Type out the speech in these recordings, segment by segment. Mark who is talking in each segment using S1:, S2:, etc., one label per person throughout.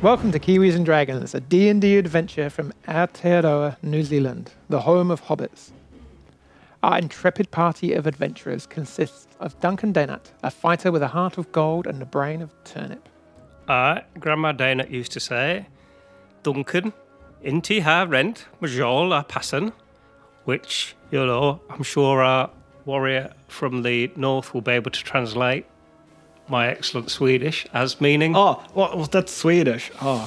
S1: Welcome to Kiwis and Dragons, a D&D adventure from Aotearoa, New Zealand, the home of hobbits. Our intrepid party of adventurers consists of Duncan Daynut, a fighter with a heart of gold and a brain of turnip.
S2: Uh, Grandma Dana used to say, Duncan, inti ha rent, majol a passan, which, you know, I'm sure our warrior from the north will be able to translate my excellent Swedish as meaning.
S3: Oh, well, was that Swedish? Oh,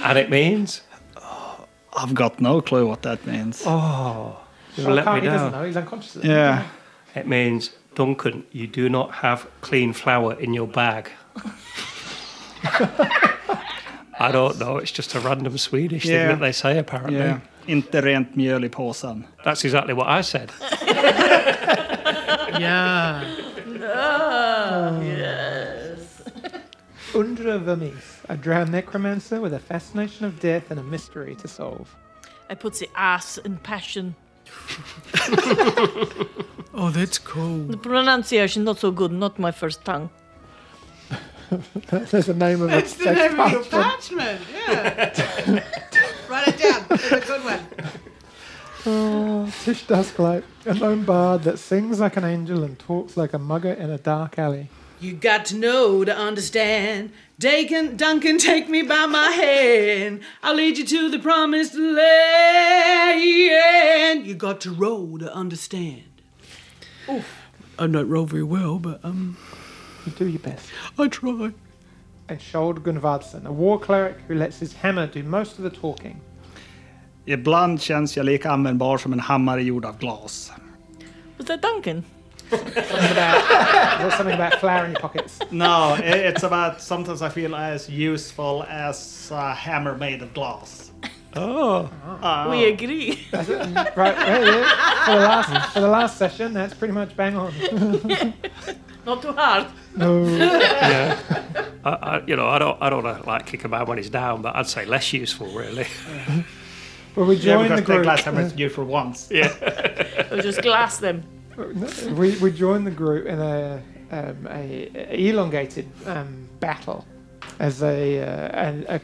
S2: And it means,
S3: I've got no clue what that means.
S2: you
S1: Oh,
S2: let me
S1: can't- he doesn't
S2: down.
S1: know, he's unconscious. at the
S3: Yeah.
S2: It means, Duncan, you do not have clean flour in your bag. I don't know. It's just a random Swedish thing
S3: Yeah.
S2: that they say, apparently.
S3: Yeah. Inte rent mjöl i påsen.
S2: That's exactly what I said.
S1: moment. Yeah. yes. Oh. Undra Vermees, a drowned necromancer with a fascination of death and a mystery to solve.
S4: I puts the ass in passion.
S5: Oh, that's cool.
S4: The pronunciation not so good, not my first tongue.
S1: That's the name of a
S5: It's the name of your parchment. Yeah. Write it down. It's a good one.
S1: Oh, Tish Dusklight, a lone bard that sings like an angel and talks like a mugger in a dark alley.
S5: You got to know to understand. Dakin, Duncan, take me by my hand. I'll lead you to the promised land. You got to roll to understand. I don't roll very well, but um,
S1: You do your best.
S5: I try.
S1: And Shold Gunvardsson, a war cleric who lets his hammer do most of the talking.
S3: Ibland känns jag lika användbar som en hammare gjord av glas.
S4: Was that Duncan?
S1: Something about, is there something about flour in your pockets?
S3: No, i- it's about sometimes I feel as useful as a hammer made of glass.
S2: Oh.
S4: We agree.
S1: That's it. Right, right, yeah. For the last for the last session, that's pretty much bang on.
S4: not too hard.
S1: No.
S2: yeah. I, I, you know, I don't, I don't uh, like kick a man when he's down, but I'd say less useful, really.
S1: Well, we
S3: Yeah,
S1: join the
S3: because the
S1: group.
S3: glass hammer is used for once.
S4: Or just glass them.
S1: we, we join the group in a, um, a, a elongated um, battle as a, uh, a, a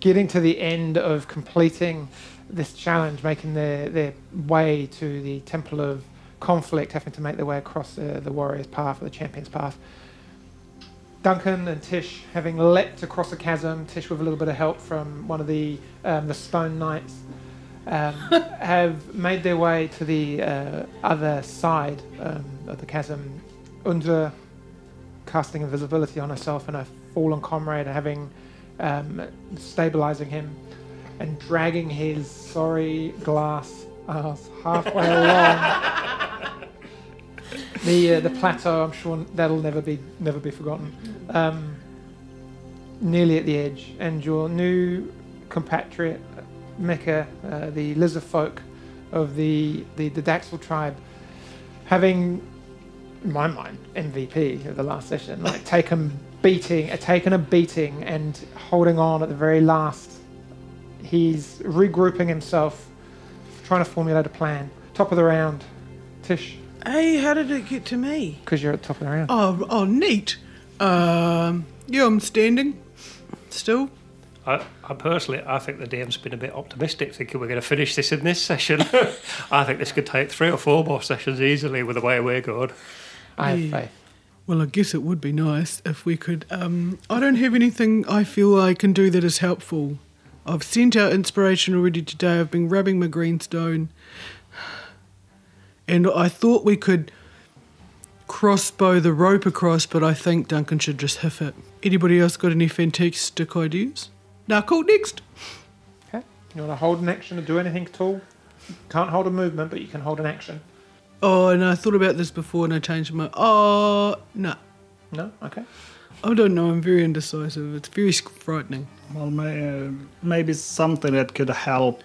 S1: getting to the end of completing this challenge, making their, their way to the temple of conflict, having to make their way across uh, the warrior's path or the champion's path. Duncan and Tish having leapt across a chasm, Tish with a little bit of help from one of the um, the stone knights, um, have made their way to the uh, other side um, of the chasm, under casting invisibility on herself and her fallen comrade, having um, stabilizing him and dragging his sorry glass ass halfway along. The, uh, the plateau, I'm sure that'll never be never be forgotten. Um, nearly at the edge, and your new compatriot Mecca, uh, the lizard folk of the, the, the Daxel tribe, having, in my mind, MVP of the last session, like taken beating, uh, taken a beating and holding on at the very last. He's regrouping himself, trying to formulate a plan. Top of the round, Tish,
S5: Hey, how did it get to me?
S1: because you're at the top of the round.
S5: Oh, oh, neat. Um, yeah, I'm standing still.
S2: I, I personally, I think the DM's been a bit optimistic, thinking we're going to finish this in this session. I think this could take three or four more sessions easily with the way we're going.
S1: I have
S5: yeah.
S1: faith.
S5: Well, I guess it would be nice if we could. Um, I don't have anything I feel I can do that is helpful. I've sent out inspiration already today. I've been rubbing my greenstone. And I thought we could crossbow the rope across, but I think Duncan should just hoof it. Anybody else got any fantastic ideas? Now, cool, next.
S1: Okay. You want to hold an action or do anything at all? Can't hold a movement, but you can hold an action.
S5: Oh, and I thought about this before and I changed my. Oh, no.
S1: No? Okay.
S5: I don't know. I'm very indecisive. It's very sc- frightening.
S3: Well, may, uh, maybe something that could help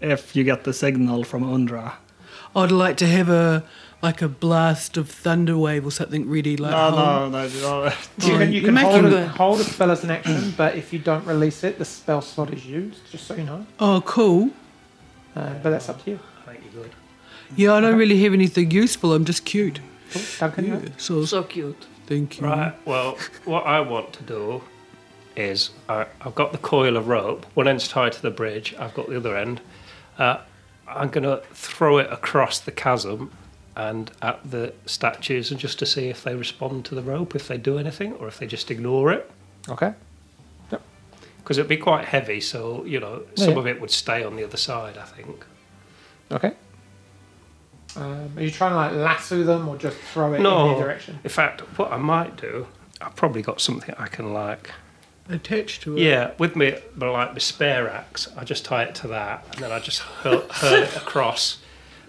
S3: if you get the signal from Undra.
S5: I'd like to have a like a blast of thunder wave or something really like
S3: No,
S5: hold-
S3: no, no, no.
S1: You can,
S5: Oh,
S1: you
S5: you
S1: can
S5: make
S1: hold,
S5: him
S1: a,
S5: good.
S1: hold a spell as an action, but if you don't release it, the spell slot is used, just so you know.
S5: Oh, cool.
S1: Uh, but that's up to you.
S2: I think you're good.
S5: Yeah, I don't really have anything useful. I'm just cute.
S1: Cool. Duncan, you
S5: Yeah, so
S4: So cute.
S5: Thank you.
S2: Right.
S1: Mm-hmm.
S2: Well, what I want to do is I, I've got the coil of rope. One end's tied to the bridge. I've got the other end. Uh, I'm gonna throw it across the chasm and at the statues, and just to see if they respond to the rope, if they do anything, or if they just ignore it.
S1: Okay.
S2: Because it'd be quite heavy, so you know some
S1: Yeah.
S2: of it would stay on the other side. I think.
S1: Okay. Um, are you trying to like lasso them or just throw it in
S2: No.
S1: their direction?
S2: In fact, what I might do, I've probably got something I can like
S5: Attached to it.
S2: Yeah, with me, but like my spare axe, I just tie it to that, and then I just hurl, hurl it across,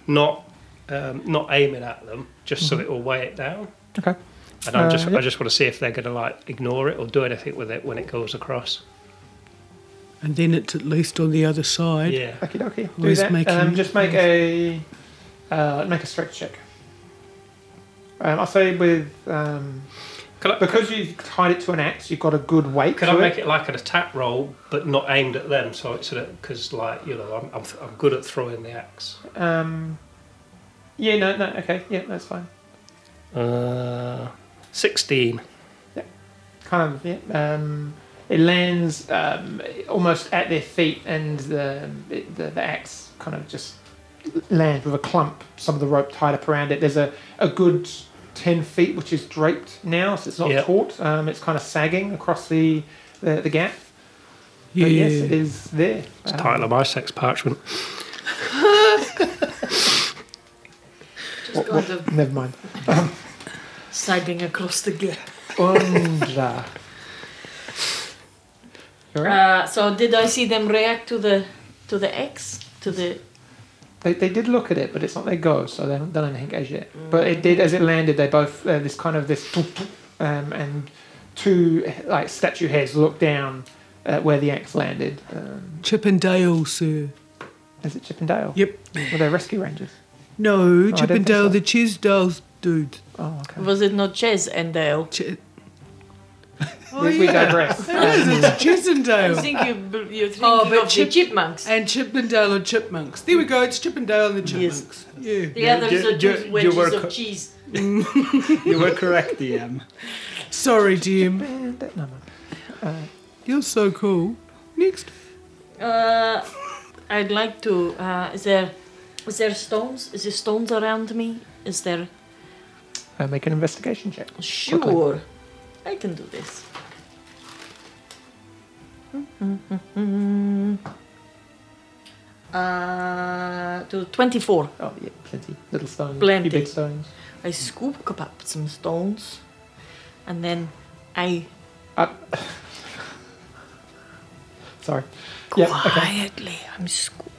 S2: not um, not aiming at them, just so it will weigh it down.
S1: Okay.
S2: And I
S1: Mm-hmm. Uh,
S2: just
S1: yeah.
S2: I just want to see if they're going to like ignore it or do anything with it when it goes across.
S5: And then it's at least on the other side.
S2: Yeah.
S1: Okie dokie. Do
S5: Where's
S1: that.
S5: making-
S1: Um, just make a uh, make a strength check. Um, I'll say with um,
S2: Can I
S1: because you've tied it to an axe, you've got a good weight.
S2: can
S1: to
S2: I make it like an attack roll, but not aimed at them? So it's because like you know I'm, I'm I'm good at throwing the axe.
S1: Um, yeah. No. No. Okay. Yeah. That's fine.
S2: Uh, sixteen.
S1: Kind of. Yeah. Um, it lands um, almost at their feet, and the, it- the the axe kind of just lands with a clump. Some of the rope tied up around it. There's a a good ten feet, which is draped now, so it's not
S2: Yeah.
S1: taut. Um, it's kind of sagging across the the, the gap.
S5: Yeah.
S1: But Oh, yes, it is there.
S2: It's
S1: Um,
S2: the title of my sex parchment.
S4: Just kind of
S1: Never mind.
S4: sagging across the gap.
S1: Undra. You're right.
S4: Uh, so did I see them react to the to the X to the?
S1: They, they did look at it, but it's not their go, so they haven't done anything as yet. But it did as it landed. They both uh, this kind of this, toot, toot, um, and two like statue heads looked down at where the axe landed. Um,
S5: Chip and Dale, sir.
S1: is it Chippendale?
S5: Yep.
S1: Were they rescue rangers? I
S5: No, Chip
S1: don't
S5: and
S1: think
S5: Dale,
S1: so.
S5: the Chisdales, dude.
S1: Oh, okay.
S4: Was it not Chaz and Dale?
S5: Ch-
S1: we, we digress.
S5: It is,
S3: Oh.
S5: it's
S4: I
S5: Chippendale.
S4: think you bl- you're thinking
S5: Oh, but
S4: of
S5: chip-
S4: the chipmunks.
S5: And Chippendale and Chipmunks. There we go, it's Chippendale and the
S4: Yes.
S5: Chipmunks. Yeah.
S4: The
S3: You-
S4: others
S3: you-
S4: are
S3: you-
S4: just
S3: you
S4: wedges
S3: were
S4: of
S3: co-
S4: cheese.
S3: You were correct, DM.
S5: Sorry, DM.
S1: Man, Um, that number.
S5: You're so cool. Next.
S4: Uh, I'd like to. Uh, is there is there stones? Is there stones around me? Is there?
S1: Uh, make an investigation check.
S4: Sure, I can do this. Uh, to twenty-four.
S1: Oh yeah, plenty little stones,
S4: Plenty.
S1: few big stones.
S4: I scoop up some stones, and then I
S1: Sorry. Yeah, okay.
S4: quietly I'm scooping,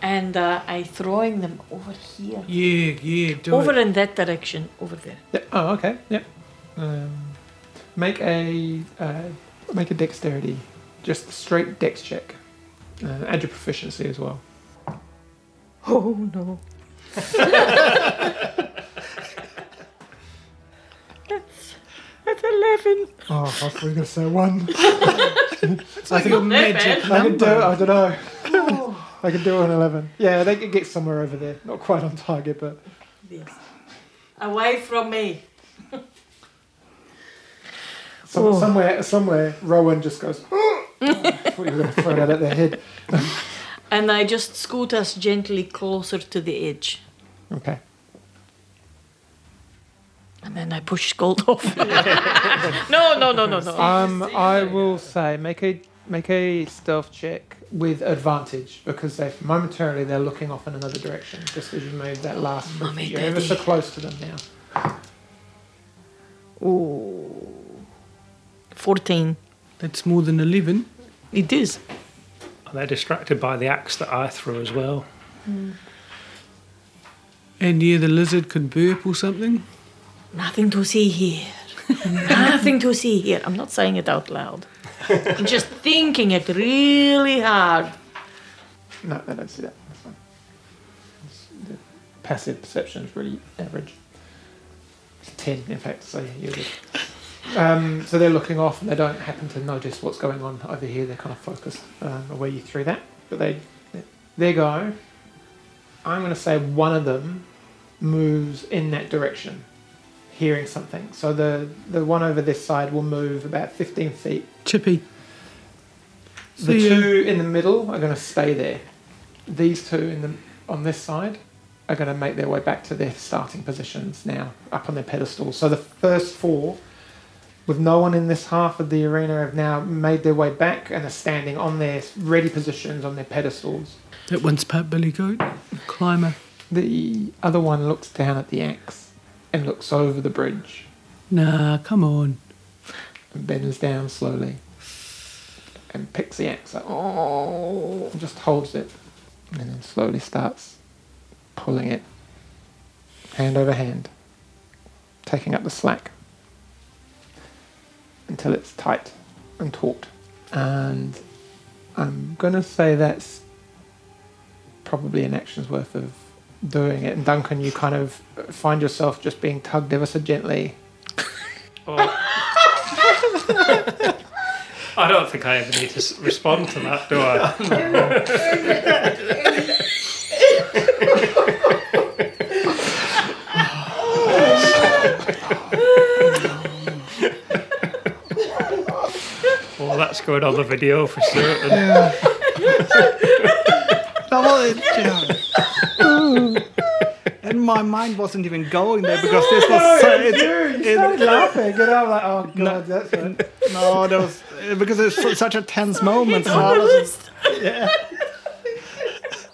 S4: and uh, I throwing them over here,
S5: Yeah, yeah, do
S4: over
S5: it.
S4: in that direction, over there.
S1: Yeah. Oh, okay. Yep. Um, make a uh, make a dexterity, just a straight dex check. Uh, add your proficiency as well.
S4: Oh no. that's, that's 11.
S1: Oh, I was gonna say one.
S5: I think a
S4: that
S5: magic
S1: I can do. it,
S5: number.
S1: I don't know. I can do it on eleven. Yeah, they could get somewhere over there. Not quite on target, but
S4: Yes. Away from me.
S1: some,
S4: Oh.
S1: somewhere, somewhere, Rowan just goes. "Oh." I thought you were gonna throw that at their head.
S4: And I just scoot us gently closer to the edge.
S1: Okay.
S4: And then I push Gold off. no, no, no, no, no.
S1: Um, I will say make a make a stealth check with advantage because they momentarily they're looking off in another direction just as you made that last. move.
S4: Mummy,
S1: You're ever
S4: daddy.
S1: so close to them now.
S4: Ooh. 14.
S5: That's more than 11.
S4: It is.
S2: And they're distracted by the axe that I threw as well.
S5: And yeah, the lizard could burp or something.
S4: Nothing to see here. Nothing to see here. I'm not saying it out loud. I'm just thinking it really hard.
S1: No, they don't see that. That's fine. It's- the passive perception is really average. It's ten, in fact. So you're good. Um, so they're looking off and they don't happen to notice what's going on over here. They're kind of focused um, where you threw that, but they they go. I'm going to say one of them moves in that direction. hearing something. So the, the one over this side will move about 15 feet.
S5: Chippy.
S1: The
S5: See ya.
S1: two in the middle are going to stay there. These two in the, on this side are going to make their way back to their starting positions now, up on their pedestals. So the first four, with no one in this half of the arena, have now made their way back and are standing on their ready positions on their pedestals.
S5: That one's Pat Billy Goat. Climber.
S1: The other one looks down at the axe and looks over the bridge
S5: Nah, come on.
S1: and bends down slowly and picks the axe up
S4: Oh.
S1: and just holds it and then slowly starts pulling it hand over hand, taking up the slack until it's tight and taut. And I'm going to say that's probably an action's worth of doing it. And Duncan, you kind of find yourself just being tugged ever so gently.
S2: I don't think I ever need to s- respond to that, do I? well, that's going on the video for certain.
S3: And my mind wasn't even going there because this was so. It, it,
S1: laughing, and I'm like, oh god, that's right.
S3: no, there was uh, because it's su- such a tense moment.
S4: It's
S3: and I
S4: on the
S3: was-
S4: list.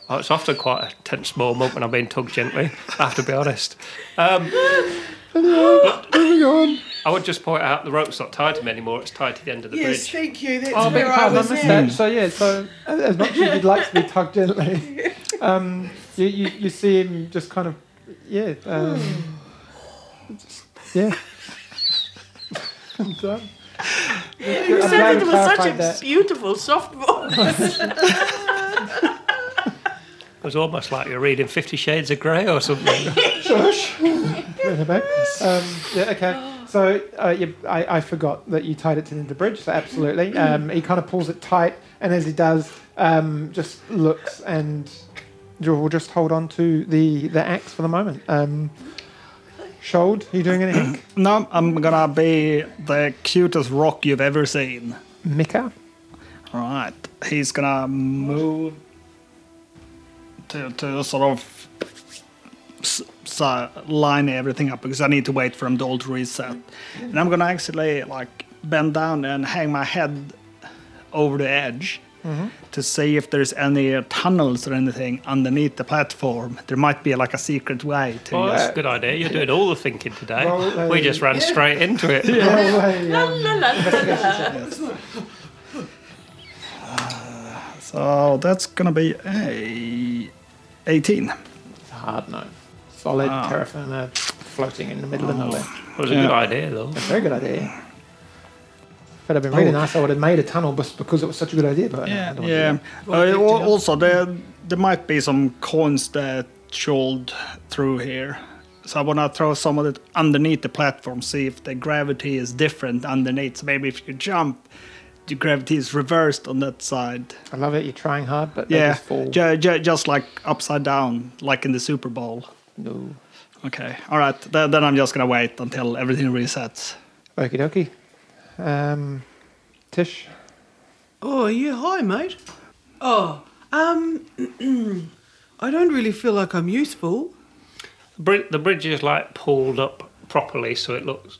S2: Oh, it's often quite a tense moment when I'm being tugged gently, I have to be honest. Um,
S1: Moving on.
S2: I would just point out the rope's not tied to me anymore, it's tied to the end of the
S6: Yes,
S2: bridge.
S6: thank you. That's
S1: Oh, big
S6: where I
S1: pardon, I
S6: was
S1: missed
S6: at.
S1: that. So yeah, so as as much as you'd like to be tugged gently, um, you, you you see him just kind of yeah, um, just, yeah. I'm done.
S4: You
S1: I'm
S4: said
S1: glad
S4: it
S1: we
S4: was such a
S1: clarified that.
S4: beautiful, soft voice.
S2: It was almost like you're reading Fifty Shades of Grey or something.
S1: Shush. Bring it back. Um, yeah, okay. So uh, you, I, I forgot that you tied it to the bridge. So absolutely, um, he kind of pulls it tight, and as he does, um, just looks and you'll just hold on to the the axe for the moment. Um, Shold, are you doing anything?
S3: No, I'm gonna be the cutest rock you've ever seen.
S1: Mika,
S3: Right. He's gonna move to, to sort of s- si- line everything up because I need to wait for him to all to reset. And I'm gonna actually like bend down and hang my head over the edge to see if there's any tunnels or anything underneath the platform. There might be like a secret way to.
S2: Well, that's
S1: Yeah.
S2: a good idea. You're doing all the thinking today.
S1: Well, uh,
S2: we just ran straight into it.
S1: roll a,
S4: La,
S1: um,
S4: la, la, la, la.
S3: So that's gonna be a 18.
S1: hard no, solid
S3: Ah.
S1: terra firma floating in the middle
S3: Oh.
S1: of nowhere.
S2: It was a good idea, though.
S1: Very good idea. If it had been really nice, I would have made a tunnel just because it was such a good idea. But I
S3: Oh. Yeah,
S1: don't want to do
S3: yeah.
S1: that.
S3: Uh, al- also, there there might be some coins that shoaled through here, so I wanna throw some of it underneath the platform, see if the gravity is different underneath. So maybe if you jump, the gravity is reversed on that side.
S1: I love it. You're trying hard, but they
S3: Yeah,
S1: just fall.
S3: ju- ju- just like upside down, like in the Super Bowl.
S1: no.
S3: Okay, all right. Th- then I'm just gonna wait until everything resets.
S1: Okie dokie. Um, Tish,
S5: Oh, yeah, hi, mate. Oh, um, I don't really feel like I'm useful.
S2: Bri- the bridge is like pulled up properly, so it looks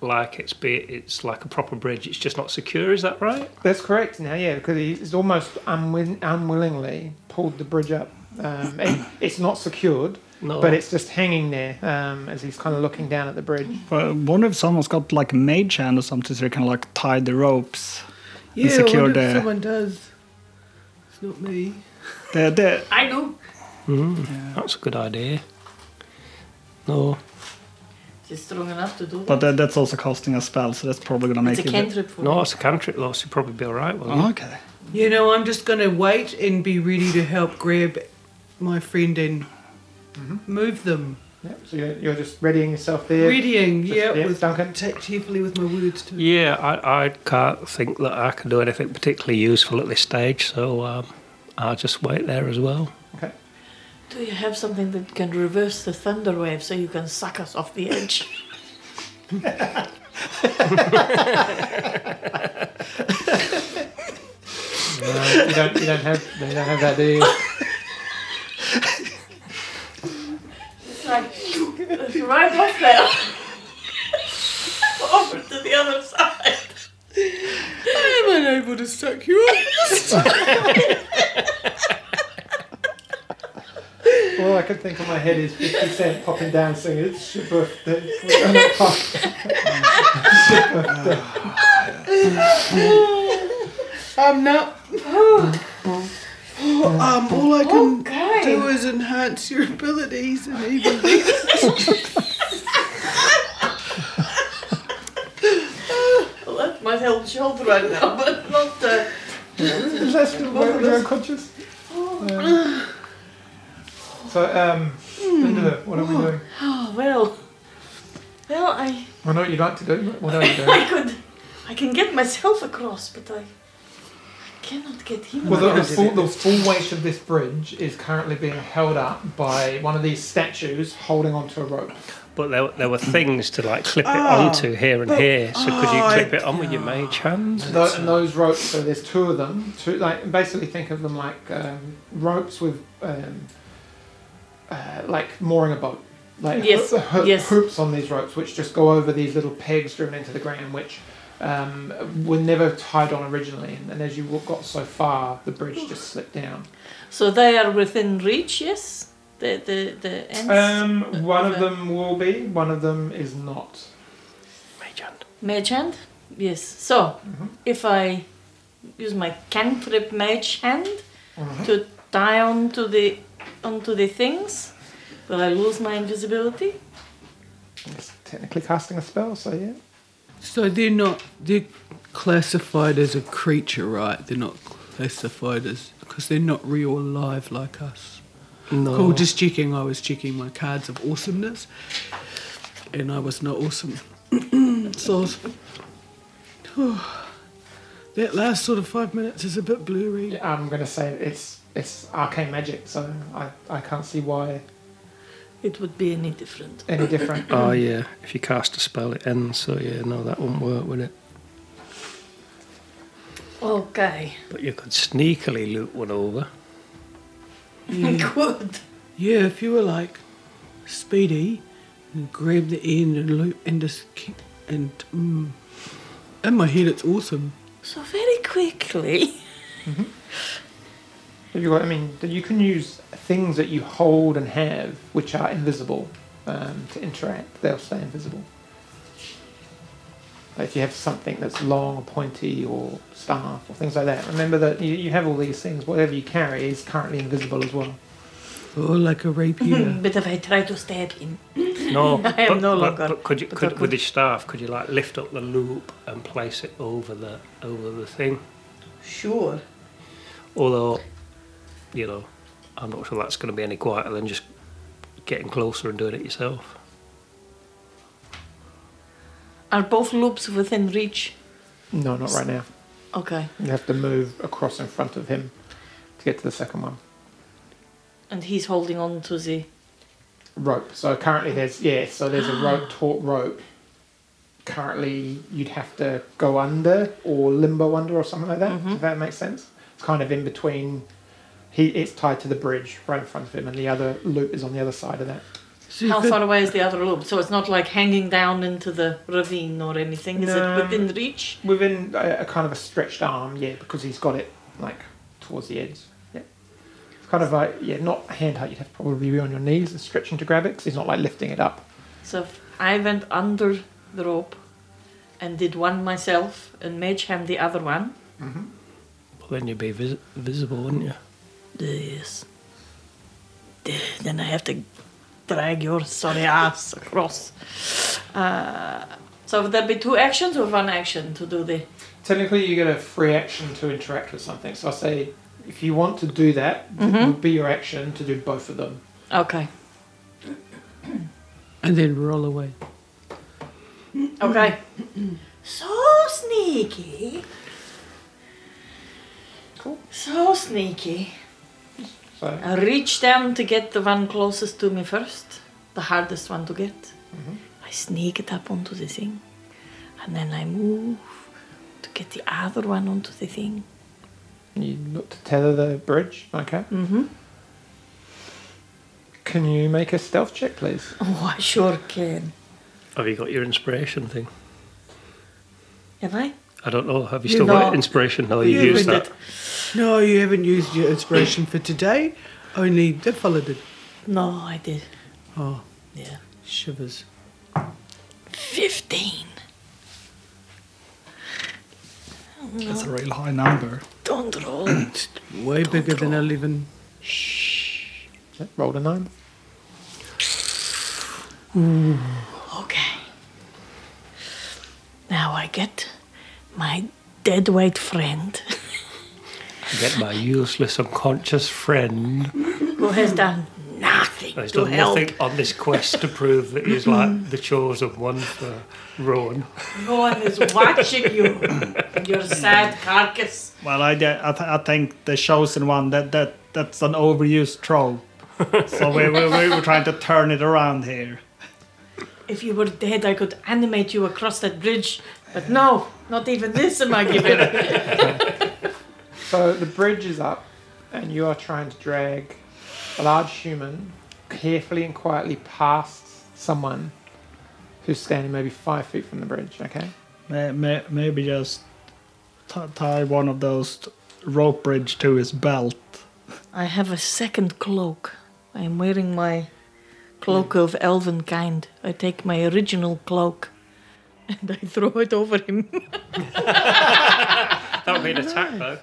S2: like it's be it's like a proper bridge. It's just not secure. Is that right?
S1: that's correct now, yeah, because he's almost unwin- unwillingly pulled the bridge up. Um, it, it's not secured,
S2: No.
S1: but it's just hanging there um, as he's kind of looking down at the bridge.
S3: Well, I wonder if someone's got like a mage hand or something, so they can like tie the ropes.
S5: Yeah, I
S3: Insecure
S5: wonder
S3: there.
S5: if someone does. It's not me.
S3: The, the,
S4: I do.
S2: That's a good idea. No,
S4: She's strong enough to do that.
S3: But that, that's also costing a spell, so that's probably gonna make
S4: It's a
S3: it.
S4: cantrip for
S2: no, it's a cantrip though, so you'd probably be all right. Well,
S3: Oh, okay.
S5: You know, I'm just going to wait and be ready to help grab my friend and move them.
S1: Yep, so you're, you're just readying yourself there.
S5: Readying,
S1: Just-
S5: Mm-hmm. yeah,
S1: yeah,
S5: with
S1: Duncan.
S5: Take carefully with my words too.
S2: yeah, I, I can't think that I can do anything particularly useful at this stage, so um, I'll just wait there as well.
S1: Okay.
S4: Do you have something that can reverse the thunder wave so you can suck us off the edge?
S1: No, you don't. You don't have. They don't have that, do you?
S4: It's like it's right off there. Over to the other side.
S5: Am unable to suck you up?
S1: All I can think in my head is 50 Cent popping down singing, it's your birthday. We're on a party."
S5: Um, no. um, all I can
S4: Okay.
S5: do is enhance your abilities and even these.
S4: Well, that might help children right now, but not. Uh,
S1: Is that still where we're unconscious? Um, so, um, Linda, what are we doing?
S4: oh well. Well, I
S1: Well, know what you'd like to do. What are you doing?
S4: I could I can get myself across, but I I cannot get him.
S1: Well, the, the,
S4: across.
S1: full, the full weight of this bridge is currently being held up by one of these statues holding onto a rope.
S2: But there, there were things to like clip it
S5: Ah,
S2: onto here and here. So could you
S5: oh,
S2: clip
S5: I-
S2: it on with your mage hand?
S1: Those,
S4: uh,
S1: and those ropes, so there's two of them. Two, like basically think of them like um, ropes with um, uh, like mooring a boat. Like
S4: Yes,
S1: ho- ho-
S4: yes.
S1: hoops on these ropes, which just go over these little pegs driven into the ground, which um, were never tied on originally. And, and as you wa- got so far, the bridge just slipped down.
S4: So they are within reach, yes. The the the ends.
S1: Um, one of
S4: Okay.
S1: them will be, one of them is not.
S2: Mage hand.
S4: Mage hand? Yes. So, if I use my cantrip mage hand to tie onto the onto the things, will I lose my invisibility?
S1: It's technically casting a spell, so yeah.
S5: So they're not they're classified as a creature, right? They're not classified as because they're not real alive like us.
S2: No.
S5: Cool. Just checking. I was checking my cards of awesomeness, and I was not awesome. so I was, that last sort of five minutes is a bit blurry.
S1: I'm gonna say it's it's arcane magic, so I, I can't see why
S4: It would be any different.
S1: any different.
S2: Oh yeah, if you cast a spell, it ends. So yeah, no, that won't work, would it?
S4: Okay.
S2: But you could sneakily loot one over.
S4: Good.
S5: Yeah, if you were like speedy and grab the end and loop and just keep and mm, in my head it's awesome.
S4: So very quickly.
S1: Have you got? I mean, that you can use things that you hold and have, which are invisible, um, to interact. They'll stay invisible. Like if you have something that's long or pointy or staff or things like that, remember that you, you have all these things. Whatever you carry is currently invisible as well.
S5: Oh, like a rapier.
S4: But if I try to stab him,
S2: No,
S4: I
S2: but,
S4: am no
S2: but-
S4: longer-
S2: But could you,
S4: but I
S2: could, with
S4: could-
S2: your staff, could you like lift up the loop and place it over the over the thing?
S4: sure.
S2: Although, you know, I'm not sure that's going to be any quieter than just getting closer and doing it yourself.
S4: Are both loops within reach?
S1: No, not right now.
S4: Okay.
S1: You have to move across in front of him to get to the second one.
S4: And he's holding on to the.
S1: rope. So currently there's yeah, so there's a rope taut rope. Currently you'd have to go under or limbo under or something like that, if that makes sense. It's kind of in between he it's tied to the bridge right in front of him and the other loop is on the other side of that.
S5: So you
S4: How
S5: could-
S4: far away is the other loop? So it's not like hanging down into the ravine or anything. Is
S1: No.
S4: it within reach?
S1: Within a, a kind of a stretched arm, yeah, because he's got it like towards the edge. Yeah. It's kind of like yeah, not hand height, you'd have to probably be on your knees and stretching to grab it because he's not like lifting it up.
S4: So if I went under the rope and did one myself and mage hand the other one.
S2: Well, then you'd be vis- visible, wouldn't you?
S4: Yes. Then I have to drag your sorry ass across. Uh, so would there be two actions or one action to do the?
S1: Technically, you get a free action to interact with something. So I say, if you want to do that, it would be your action to do both of them.
S4: Okay.
S5: and then roll away.
S4: Okay. so sneaky.
S1: Cool.
S4: So sneaky.
S1: So
S4: I reach down to get the one closest to me first, the hardest one to get. I sneak it up onto the thing, and then I move to get the other one onto the thing.
S1: you look to tether the bridge. Okay.
S4: hmm
S1: Can you make a stealth check, please?
S4: Oh, I sure can.
S2: Have you got your inspiration thing?
S4: Have I?
S2: I don't know. Have you
S5: You
S2: still got
S4: know-
S2: inspiration? No, Oh, you
S5: Yeah,
S2: used
S5: but
S2: that.
S4: it-
S5: No, you haven't used your inspiration for today. Only that fella did.
S4: No, I did.
S5: Oh,
S4: Yeah.
S5: shivers.
S4: 15.
S3: That's a real high number.
S4: Don't roll.
S5: It's way bigger than 11.
S1: Yeah, Roll a nine.
S4: okay. Now I get my dead weight friend
S2: Get my useless unconscious friend
S4: who has done nothing
S2: has
S4: to
S2: done
S4: help.
S2: nothing on this quest to prove that he's like the chosen one for Rowan.
S4: No one is watching you. Your sad carcass.
S3: Well, I, de- I, th- I think the chosen one that that that's an overused trope. so we, we, we were trying to turn it around here.
S4: If you were dead, I could animate you across that bridge. But no, not even this am I given.
S1: So the bridge is up, and you are trying to drag a large human carefully and quietly past someone who's standing maybe five feet from the bridge. Okay.
S3: May, may, maybe just t- tie one of those rope bridge to his belt.
S4: I have a second cloak. I am wearing my cloak of elven kind. I take my original cloak and I throw it over him.
S2: That would be an attack, though.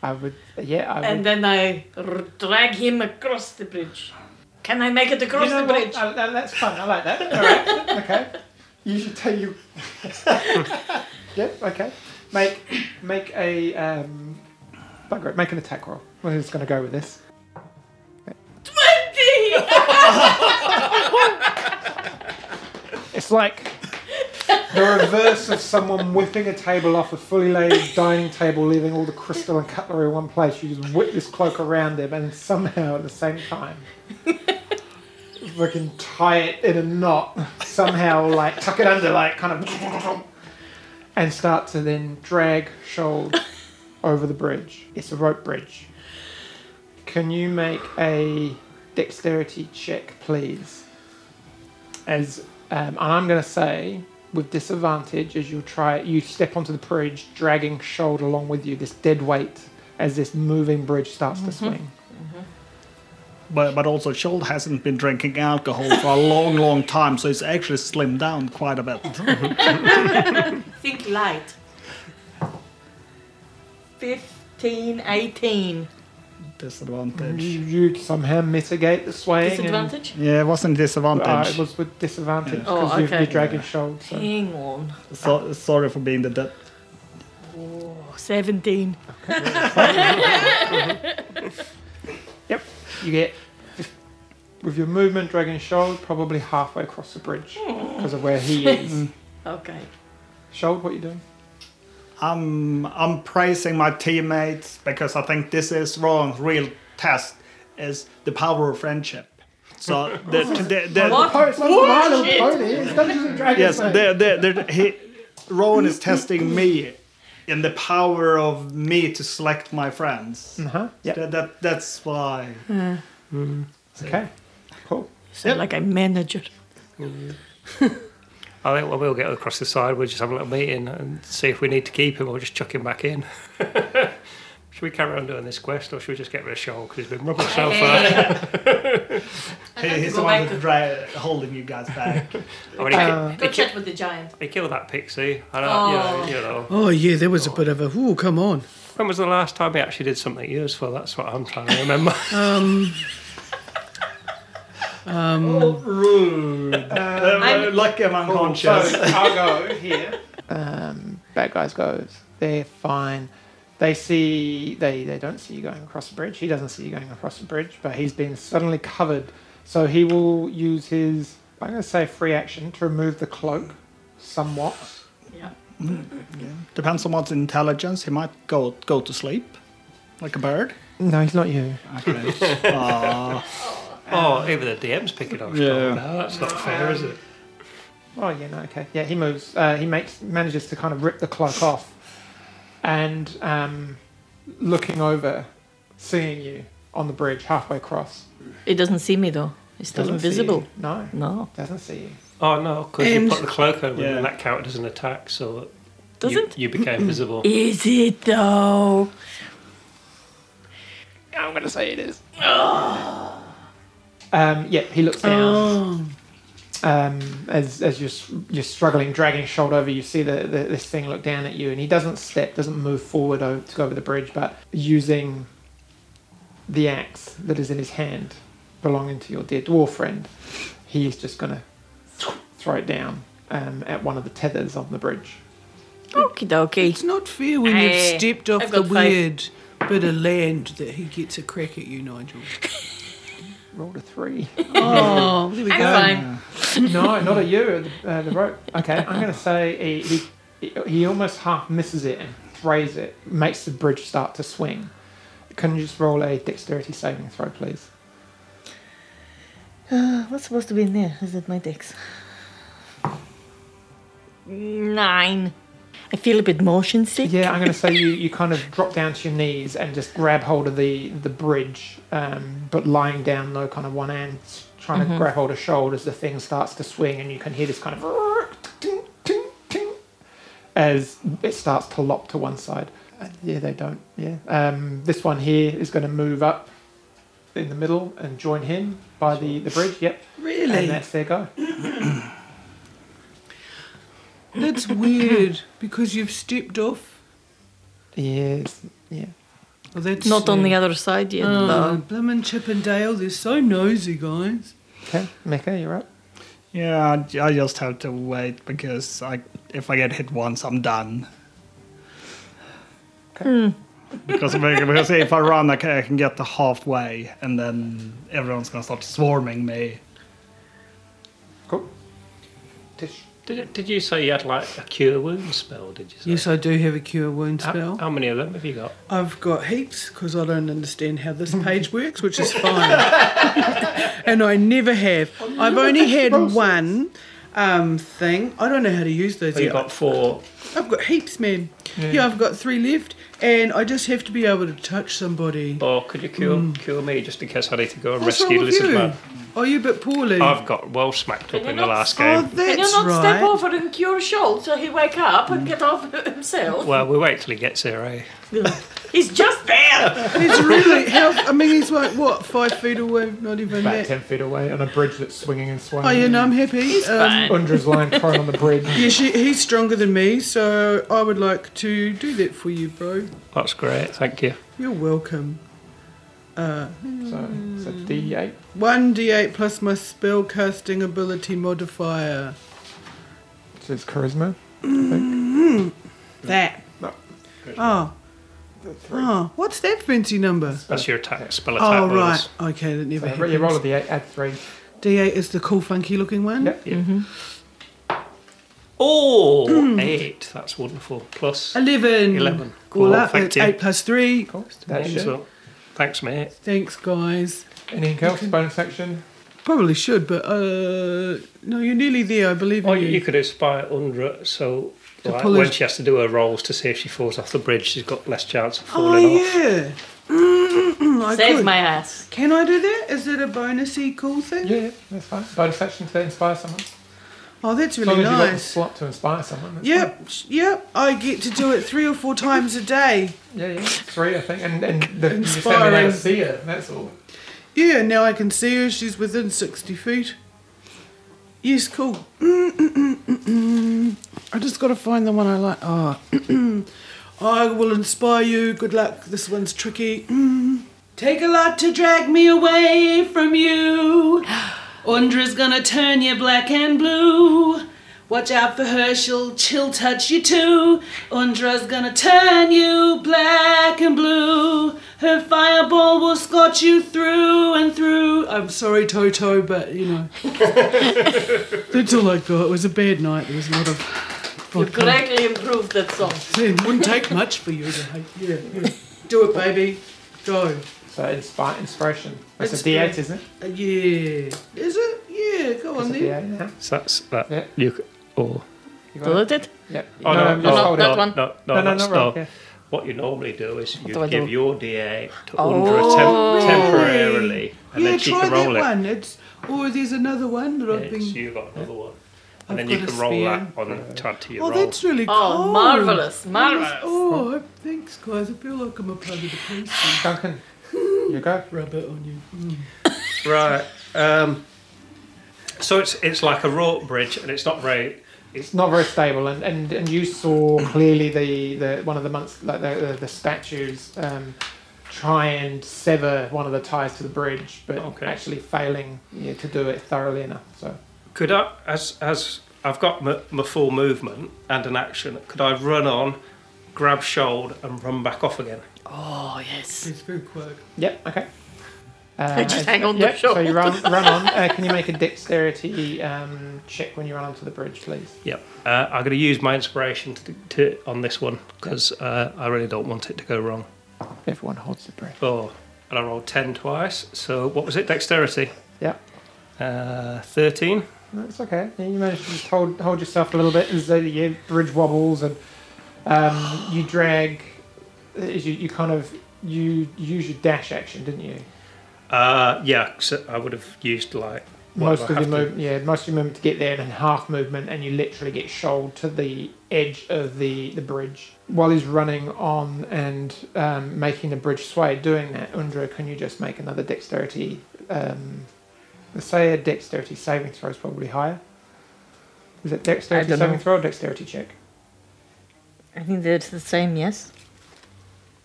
S1: I would. Yeah. I
S4: and
S1: would.
S4: then I r- drag him across the bridge. Can I make it across
S1: You know
S4: the
S1: what?
S4: bridge?
S1: Oh, that- that's fun. I like that. All right. okay. You should tell you. yep. Okay. Make make a um. Bugger it. Make an attack roll. We're just going to go with this.
S4: 20!
S1: It's like the reverse of someone whipping a table off a fully laid dining table, leaving all the crystal and cutlery in one place. You just whip this cloak around them, and somehow at the same time, fucking tie it in a knot. Somehow, like tuck it under, like kind of, and start to then drag Shold over the bridge. It's a rope bridge. Can you make a dexterity check, please? As um, and I'm going to say with disadvantage as you try you step onto the bridge, dragging shoulder along with you. This dead weight as this moving bridge starts to
S4: Mm-hmm.
S1: swing.
S3: But but also, Shold hasn't been drinking alcohol for a long, long time, so he's actually slimmed down quite a bit.
S4: Think light. 15, 18.
S3: Disadvantage.
S1: You, you somehow mitigate the swaying. and-
S4: Disadvantage?
S3: Yeah, it wasn't
S1: Uh, it
S3: disadvantage.
S1: was with disadvantage
S4: Oh,
S1: because you're,
S4: okay.
S1: dragging shoulder. So.
S4: Hang on.
S3: So, sorry for being the de-
S4: Oh, 17.
S1: Yep, you get with your movement dragging shoulder probably halfway across the bridge
S4: Hmm.
S1: because of where he is.
S4: Okay.
S1: Shoulder, what are you doing?
S3: I'm I'm praising my teammates because I think this is Ron's real test is the power of friendship. So the, the, the,
S4: What?
S1: Oh, it's not My Little
S4: Shit.
S1: Pony. It's Dungeons and Dragons.
S3: yes,
S1: mate.
S3: the, the, the, he, Rowan is testing me in the power of me to select my friends.
S1: Uh-huh. Yep.
S3: That, that that's why.
S1: Okay. Cool.
S4: So like a manager.
S2: I think when we'll get across the side, we'll just have a little meeting and see if we need to keep him or just chuck him back in. should we carry on doing this quest or should we just get rid of Shoal because he's been rubbish so far?
S3: He, he's the one that's dra- holding you guys back.
S2: I mean, he,
S1: Uh,
S2: ki- he, ki-
S4: with the giant.
S2: he killed that pixie. I don't, you, know, you know.
S5: Oh, yeah, there was a bit of a. Ooh, come on.
S2: When was the last time he actually did something useful? That's what I'm trying to remember.
S5: Um,
S3: Rude. Uh,
S4: I'm-
S3: lucky I'm unconscious.
S1: I'll go here. Um, bad guys goes. They're fine. They see they they don't see you going across the bridge. He doesn't see you going across the bridge, but he's been suddenly covered. So he will use his I'm going to say free action to remove the cloak somewhat.
S4: Yeah.
S3: Depends on one's intelligence. He might go go to sleep. Like a bird?
S1: No, he's not you.
S3: Okay. Aw.
S2: Oh, even the DM's picking up.
S3: Yeah.
S2: Yeah. No, that's not fair, is it?
S1: Oh yeah, no, okay. Yeah, he moves. Uh, he makes manages to kind of rip the cloak off, and um, looking over, seeing you on the bridge halfway across.
S4: It doesn't see me though. It's still
S1: Doesn't see
S4: invisible.
S1: you. No,
S4: No.
S1: doesn't see you.
S2: Oh no, because you
S5: And-
S2: put the cloak on
S3: Yeah.
S2: and that counted as an attack, so
S4: Does
S2: you,
S4: it?
S2: you became visible.
S4: Is it though?
S1: I'm gonna say it is. um, yeah, he looks down. Um, as as you're s- you're struggling, dragging his shoulder over, you see the, the this thing look down at you, and he doesn't step, doesn't move forward over, to go over the bridge, but using the axe that is in his hand, belonging to your dear dwarf friend, he is just gonna throw it down um, at one of the tethers on the bridge.
S4: Okie dokie.
S5: It's not fair when
S4: Aye.
S5: you've stepped off
S4: I've
S5: the
S4: got five.
S5: weird bit of land that he gets a crack at you, Nigel.
S1: Roll a three.
S5: Oh, there we
S4: I'm
S5: go.
S4: fine.
S1: No, not at you. Uh, the rope. Okay, I'm going to say he, he he almost half misses it and frays it, makes the bridge start to swing. Can you just roll a dexterity saving throw, please?
S4: Uh, what's supposed to be in there? Is it my dex? Nine. I feel a bit motion sick.
S1: Yeah, I'm going to say you, you kind of drop down to your knees and just grab hold of the the bridge, um, but lying down low, kind of one hand, trying to grab hold of shoulders. The thing starts to swing, and you can hear this kind of ting, ting, ting, as it starts to lop to one side. Uh, yeah, they don't. Yeah, um, this one here is going to move up in the middle and join him by the the bridge. Yep, and
S5: Really?
S1: that's their go.
S5: That's weird because you've stepped off.
S1: Yes, yeah.
S5: Oh, that's
S4: Not on the
S5: yeah.
S4: other side yet.
S5: Oh,
S4: though.
S5: Blimmin' Chippendale, they're so nosy, guys.
S1: Okay, Mecca, you're up.
S3: yeah, I j- I just have to wait because I, if I get hit once, I'm done. because, because if I run, I can, I can get the halfway, and then everyone's gonna start swarming me.
S1: Cool. Tish.
S2: Did, did you say you had like a cure wound spell? Did you say?
S5: Yes, I do have a cure wound
S2: How-
S5: spell.
S2: How, many of them have you got?
S5: I've got heaps because I don't understand how this page works, which is fine. and I never have. I've only had one um, thing. I don't know how to use those
S2: Have you
S5: yet.
S2: got four?
S5: I've got heaps, man. Yeah. I've got three left, and I just have to be able to touch somebody.
S2: Or could you cure cure me just in case I need to go and
S5: What's wrong
S2: rescue
S5: with
S2: Lizard
S5: you?
S2: Man?
S5: Are you a bit poorly?
S2: I've got well smacked
S4: Can
S2: up
S4: you
S2: in the
S4: not
S2: last
S5: oh,
S2: game.
S5: that's
S4: Can you not
S5: right.
S4: step over and cure Shoal so he wake up and get off himself?
S2: Well, we wait till he gets here, eh?
S4: He's just there.
S5: It's really how I mean, he's like what five feet away, not even
S1: About
S5: that.
S1: ten feet away on a bridge that's swinging and swaying.
S5: Oh yeah, no, I'm happy. He's
S4: fine.
S1: Undra's lying prone on the bridge.
S5: Yeah, she, he's stronger than me, so I would like to do that for you, bro.
S2: That's great. Thank you.
S5: You're welcome. Uh,
S1: So it's a D8.
S5: one d8 plus my spell casting ability modifier.
S1: So it's charisma.
S5: That.
S1: No.
S5: Oh,
S1: The three.
S5: oh, what's that fancy number?
S2: That's your attack spell attack.
S5: Oh right,
S2: bonus.
S5: okay, that never
S1: So Uh, you roll a
S5: happened.
S1: D8, add three.
S5: D8 is the cool, funky looking one.
S1: Yep.
S5: Hmm.
S2: Oh, eight. That's wonderful. Plus.
S5: 11.
S2: Eleven.
S5: All
S2: Cool,
S5: up,
S2: thank
S5: that's
S2: you.
S5: 8 plus 3.
S1: Cool. That's
S2: Yeah,
S1: it.
S2: so- Thanks, mate.
S5: Thanks, guys.
S1: Anything else? Bonus action.
S5: Probably should, but uh, no, you're nearly there. I believe in
S2: Well,
S5: you.
S2: Oh, you could inspire Undra so
S5: Mm. To
S2: like,
S5: pull
S2: when
S5: her-
S2: she has to do her rolls to see if she falls off the bridge, she's got less chance of
S5: oh,
S2: falling off.
S5: yeah. Mm, I
S4: Save
S5: could.
S4: my ass.
S5: Can I do that? Is it a bonusy cool thing?
S1: Yeah, yeah, that's fine. Bonus action to inspire someone.
S5: Oh, that's
S1: As long
S5: really
S1: as you've got the
S5: nice.
S1: slot to inspire someone. that's
S5: Yep, sh- yep. I get to do it three or four times a day.
S1: fine. Yeah, yeah. Three, I think. And, and the, you just haven't been
S5: Inspiring.
S1: able to see her. That's all.
S5: Yeah, now I can see her. She's within 60 feet. Yes, cool. I just got to find the one I like. Oh. I will inspire you. Good luck. This one's tricky. Mm. Take a lot to drag me away from you. Undra's gonna turn you black and blue. Watch out for her, she'll, she'll touch you too. Undra's gonna turn you black and blue. Her fireball will scorch you through and through. I'm sorry, Toto, but you know. That's all I got. It was a bad night. There was a lot of.
S4: You
S5: vodka.
S4: greatly improved that song.
S5: It wouldn't take much for you to hate. Yeah, yeah. Do it, baby. Go.
S1: So inspi- inspiration. That's
S5: It's-
S1: a D8, isn't it?
S5: Uh, yeah. Is it? Yeah. Go
S1: It's
S5: on
S1: a
S5: then.
S1: D8 now.
S2: So that's that.
S1: Yeah.
S2: You c- oh.
S1: You got it?
S4: Bulleted?
S1: Yep.
S2: Oh, no,
S1: I'm
S2: no,
S1: just
S2: no,
S1: holding
S2: no,
S1: it.
S4: that one.
S2: no, no,
S1: No, no, no,
S2: that's
S1: right,
S2: not-
S1: yeah.
S2: What you normally do is you
S4: do I
S2: give
S4: do?
S2: your D8 to
S4: Oh,
S2: Undra tem-
S4: really?
S2: temporarily, and
S5: yeah,
S2: then she
S5: try
S2: can
S5: that
S2: roll it.
S5: one. It's or there's another one that I've
S2: Yeah, so
S5: been.
S2: you got another one.
S5: I've
S2: And then you
S5: got a
S2: can roll
S5: sphere.
S2: that on top to your
S5: Oh,
S2: roll.
S5: that's really cool.
S4: Oh, marvelous, marvelous.
S5: Oh, I- thanks, guys. I feel like I'm a part of the piece.
S1: Duncan, you go.
S5: Rub it on you.
S2: Right. Um, so it's it's like a rope bridge, and it's not very.
S1: It's not very stable, and, and, and you saw clearly the, the one of the monks, like the, the, the statues, um, try and sever one of the ties to the bridge, but
S2: Okay.
S1: actually failing yeah, to do it thoroughly enough. So
S2: Could I, as as I've got my, my full movement and an action, could I run on, grab shoulder, and run back off again?
S4: Oh, yes.
S5: It's very quick.
S1: Yep. Okay. Uh,
S4: I just hang on to
S1: yep,
S4: the
S1: So you run, run on. Uh, can you make a dexterity um, check when you run onto the bridge, please?
S2: Yep. Uh, I'm going to use my inspiration to, to on this one because uh, I really don't want it to go wrong.
S1: Everyone holds their breath.
S2: Oh, and I rolled ten twice. So what was it? Dexterity.
S1: Yep.
S2: Uh, Thirteen.
S1: That's okay. Yeah, you manage to just hold, hold yourself a little bit as the yeah, bridge wobbles and um, you drag. As you, you kind of you use your dash action, didn't you?
S2: Uh, yeah. So I would have used like
S1: Most of
S2: whatever I
S1: your
S2: have to-
S1: move, yeah, most of your movement to get there, and then half movement, and you literally get shoaled to the edge of the the bridge while he's running on and um, making the bridge sway. Doing that, Undra, can you just make another dexterity? Um, let's say a dexterity saving throw is probably higher. Is it dexterity
S4: don't know.
S1: saving throw or dexterity check?
S4: I think they're the same, yes?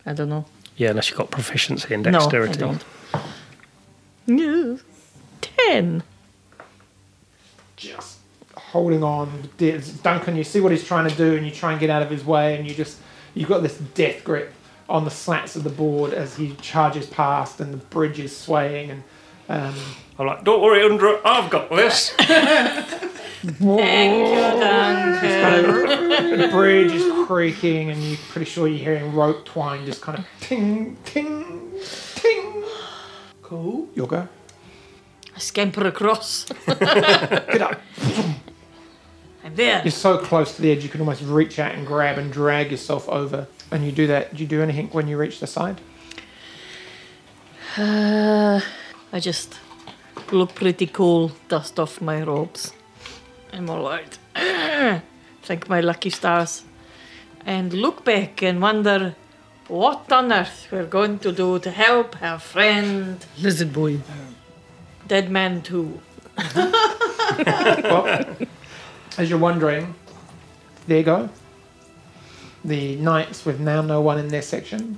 S4: I don't know.
S2: Yeah, unless you got proficiency in
S4: No, I
S2: dexterity.
S4: don't. No. Ten.
S1: just holding on. It's Duncan, you see what he's trying to do, and you try and get out of his way, and you just you've got this death grip on the slats of the board as he charges past, and the bridge is swaying. And um,
S2: I'm like, don't worry, Undra, I've got this.
S4: Thank you, Duncan.
S1: the bridge is creaking, and you're pretty sure you're hearing rope twine just kind of ting, ting, ting.
S5: Cool.
S1: You'll go.
S4: I scamper across.
S1: Get up.
S4: I'm there.
S1: You're so close to the edge, you can almost reach out and grab and drag yourself over. And you do that. Do you do anything when you reach the side?
S4: Uh, I just look pretty cool, dust off my robes. I'm all right. Thank my lucky stars. And look back and wonder what on earth we're going to do to help our friend,
S5: Lizard boy.
S4: Dead Man 2.
S1: well, as you're wondering, there you go. The knights with now no one in their section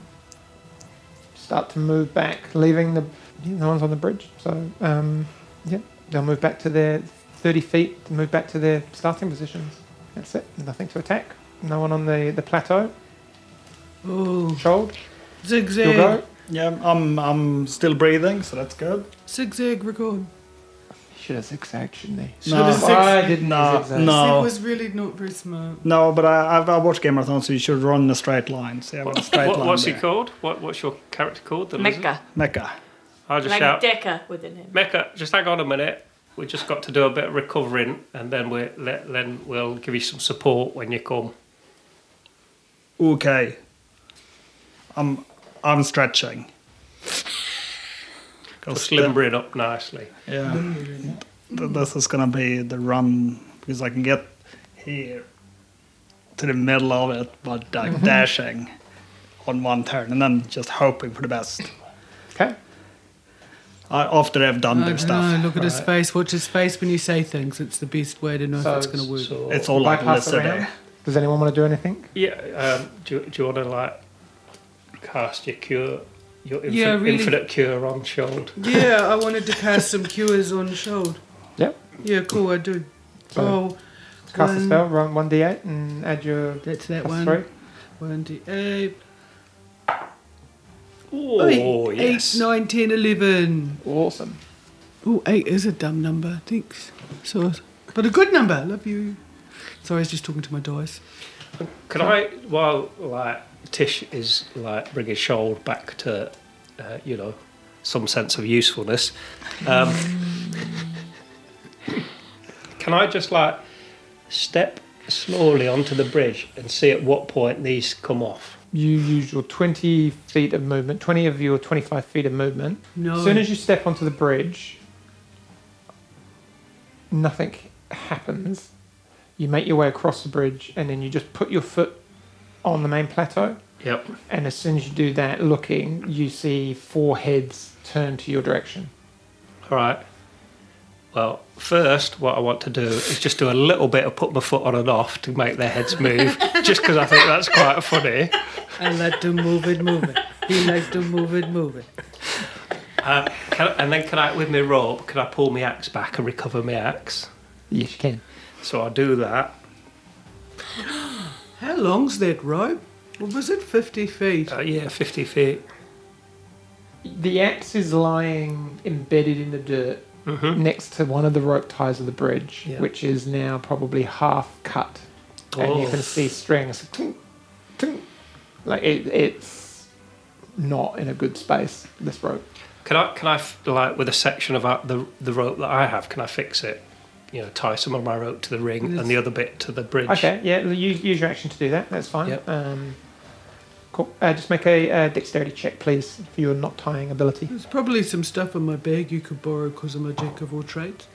S1: start to move back, leaving the no one's on the bridge. So um, yeah, they'll move back to their 30 feet, move back to their starting positions. That's it. Nothing to attack. No one on the the plateau.
S5: Oh,
S1: Should you'll
S5: zigzag.
S1: go.
S3: Yeah, I'm I'm still breathing, so that's good.
S5: Zigzag record.
S1: Should have zigzagged, shouldn't he?
S5: Should have zig-
S1: Why didn't
S3: no,
S1: he zigzag?
S5: That
S3: no,
S5: was really not very smart.
S3: no. But I I've, I watch Game of Thrones, so you should run in a straight line. So yeah, I went straight
S2: What-
S3: line.
S2: what's he
S3: there.
S2: called? What, what's your character called? The lizard?
S4: Mecca.
S3: Mecca.
S2: I just
S4: Like
S2: shout,
S4: Decker with an M.
S2: Mecca, just hang on a minute. We just got to do a bit of recovering, and then we let, then we'll give you some support when you come.
S3: Okay. I'm I'm stretching.
S2: You're
S3: 'Cause
S2: slimbering up nicely.
S3: the- yeah. Th- This is gonna be the run because I can get here to the middle of it, but like dashing on one turn and then just hoping for the best.
S1: Okay.
S3: I, after they've done
S5: No,
S3: their stuff,
S5: no, look at his face. Watch his face when you say things. It's the best way to know
S1: So
S5: if it's going to work.
S2: So
S3: it's all like
S1: Bypass the
S3: lizard
S1: round.
S3: day.
S1: Does anyone want to do anything?
S2: yeah. Um, do, you- do you want to like cast your cure, your infinite,
S5: Yeah, really.
S2: infinite cure on Shold?
S5: yeah, I wanted to cast some cures on Shold.
S1: Yep.
S5: Yeah, cool, I do.
S1: So-
S5: oh,
S1: Cast a
S5: One-
S1: spell, run 1d8 and add your
S5: that's that
S1: plus
S5: one.
S1: 3.
S5: One, two, eight.
S2: Oh
S5: Eight,
S2: yes.
S5: eight, nine, ten, eleven.
S1: Awesome.
S5: Oh, eight is a dumb number. Thanks. So, but a good number. Love you. Sorry, I was just talking to my dice.
S2: Can I, while like Tish is like bringing Shoal back to, uh, you know, some sense of usefulness. Um, can I just like step slowly onto the bridge and see at what point these come off?
S1: You use your 20 feet of movement, 20 of your 25 feet of movement.
S5: No.
S1: As soon as you step onto the bridge, nothing happens. You make your way across the bridge and then you just put your foot on the main plateau.
S2: Yep.
S1: And as soon as you do that, looking, you see four heads turn to your direction.
S2: All right. Well, first, what I want to do is just do a little bit of put my foot on and off to make their heads move, just because I think that's quite funny.
S5: I like to move it, move it. He likes to move it, move it.
S2: Um, can, and then can I, with my rope, can I pull my axe back and recover my axe?
S1: Yes, you can.
S2: So I do that.
S5: How long's that rope? Well, was it 50 feet?
S2: Uh, yeah, 50 feet.
S1: The axe is lying embedded in the dirt
S2: Mhm.
S1: next to one of the rope ties of the bridge,
S2: Yeah.
S1: which is now probably half cut. And you
S2: Oh.
S1: can see strings. tink, tink. Like it, it's not in a good space, this rope.
S2: Can I, can I f- like, with a section of uh, the, the rope that I have, can I fix it? You know, tie some of my rope to the ring and the other bit to the bridge.
S1: Okay, yeah, use, use your action to do that. That's fine.
S2: Yep.
S1: Um, cool. Uh, just make a uh, dexterity check, please, for your not tying ability.
S5: There's probably some stuff in my bag you could borrow because I'm a jack of all trades.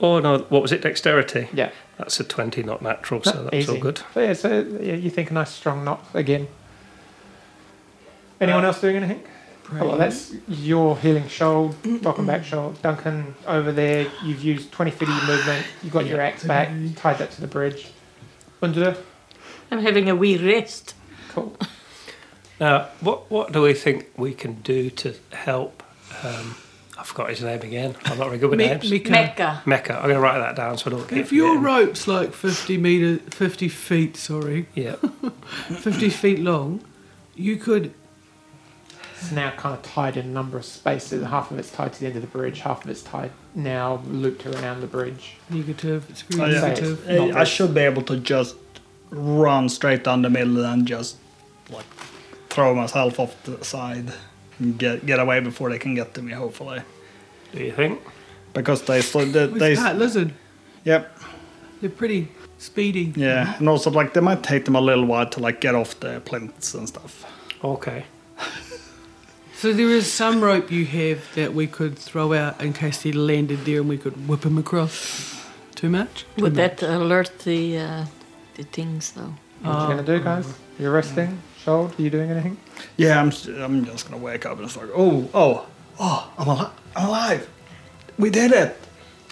S2: Oh, no, what was it? Dexterity?
S1: Yeah.
S2: That's a 20, not natural, so that's all
S1: Easy.
S2: good.
S1: So, yeah, so yeah, you think a nice strong knot again. Anyone
S2: Uh,
S1: else doing anything? Oh, well, that's your healing shoal, welcome back shoal. Duncan, over there, you've used 20 feet of your movement, you got your axe back, tied that to the bridge. Under,
S4: I'm having a wee rest.
S1: cool.
S2: Now, what what do we think we can do to help? Um, I forgot his name again. I'm not very good with
S5: Me-
S2: names.
S5: Mika,
S4: Mecca.
S2: Mecca. I'm going to write that down so I don't.
S5: if
S2: get
S5: your
S2: forgetting.
S5: rope's like 50 meter, 50 feet, sorry,
S2: yeah,
S5: 50 feet long, you could
S1: It's now kind of tied in a number of spaces. Half of it's tied to the end of the bridge, half of it's tied now looped around the bridge.
S5: negative, screw
S3: Oh, yeah.
S5: negative.
S1: Not
S3: I, I
S1: bad.
S3: should be able to just run straight down the middle and just like throw myself off the side and get get away before they can get to me. Hopefully,
S2: do you think?
S3: because they so they,
S5: With
S3: they
S5: that, listen,
S3: yep
S5: they're pretty speedy.
S3: yeah, and also like they might take them a little while to like get off the plinths and stuff.
S2: Okay.
S5: So there is some rope you have that we could throw out in case he landed there and we could whip him across. Too much?
S4: Would that alert the uh, the things though?
S1: What are you going to do, guys? You're resting? Shoal, are you doing anything?
S3: Yeah, I'm s- I'm just gonna wake up and it's like oh oh oh I'm alive I'm alive, we did it,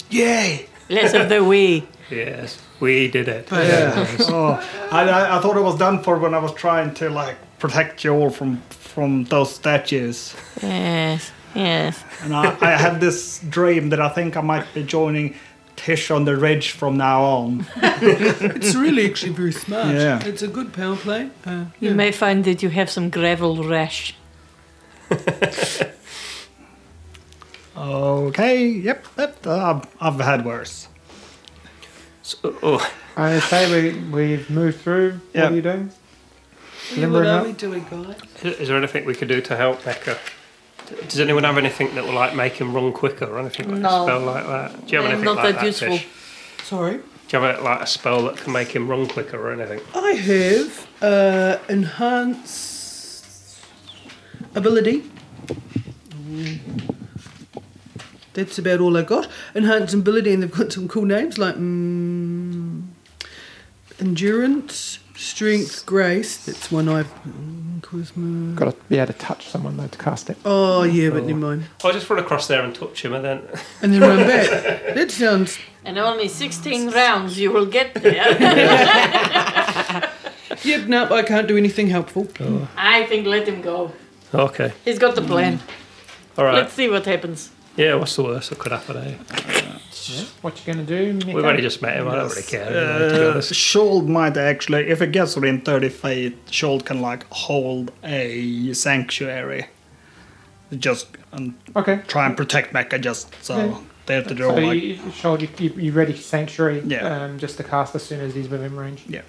S3: yay.
S4: Less of the way.
S2: Yes, we did it.
S3: Yeah. oh, I, I, I thought it was done for when I was trying to like protect you all from from those statues,
S4: Yes, yes.
S3: and I, I had this dream that I think I might be joining Tish on the ridge from now on.
S5: It's really actually very smart.
S3: Yeah.
S5: It's a good power play. Uh,
S4: You
S5: yeah.
S4: may find that you have some gravel rash.
S3: Okay, yep, yep uh, I've, I've had worse.
S2: So, oh,
S1: I say we, we've moved through.
S3: Yeah.
S1: What are you doing?
S5: Yeah,
S1: Remember
S5: what are
S1: that?
S5: we doing, guys?
S2: is there anything we could do to help Mecca? Does anyone have anything that will like make him run quicker or anything like a
S4: No.
S2: spell like that? Do you have
S4: I'm
S2: anything
S4: not
S2: like
S4: that
S2: that?
S4: useful.
S2: Tish?
S5: Sorry.
S2: Do you have like a spell that can make him run quicker or anything?
S5: I have uh, enhance ability. That's about all I got. Enhance ability, and they've got some cool names like mm, endurance, strength, grace. That's one I've. Mm, charisma.
S1: Got to be able to touch someone though to cast it.
S5: Oh yeah, but never mind.
S2: I'll Oh, just run across there and touch him, and then
S5: And then run back. That sounds.
S4: And only 16 rounds you will get there.
S5: Yep, nope. I can't do anything helpful.
S1: Oh.
S4: I think let him go.
S2: okay,
S4: He's got the plan.
S2: all right.
S4: Let's see what happens.
S2: Yeah, what's the worst that could happen? Eh?
S1: What you going to do?
S2: We've
S1: Mika?
S2: only just met him. I don't really care. anyway, to be
S3: Uh,
S2: honest.
S3: Shold might actually, if it gets within 30 feet, Shold can like hold a sanctuary. Just and
S1: Okay.
S3: try and protect Mecca just so
S1: Yeah.
S3: they have to do
S1: So
S3: all like.
S1: you, Shoal, you, you, you ready sanctuary?
S3: Yeah.
S1: Um, just to cast as soon as he's within range.
S3: Yeah.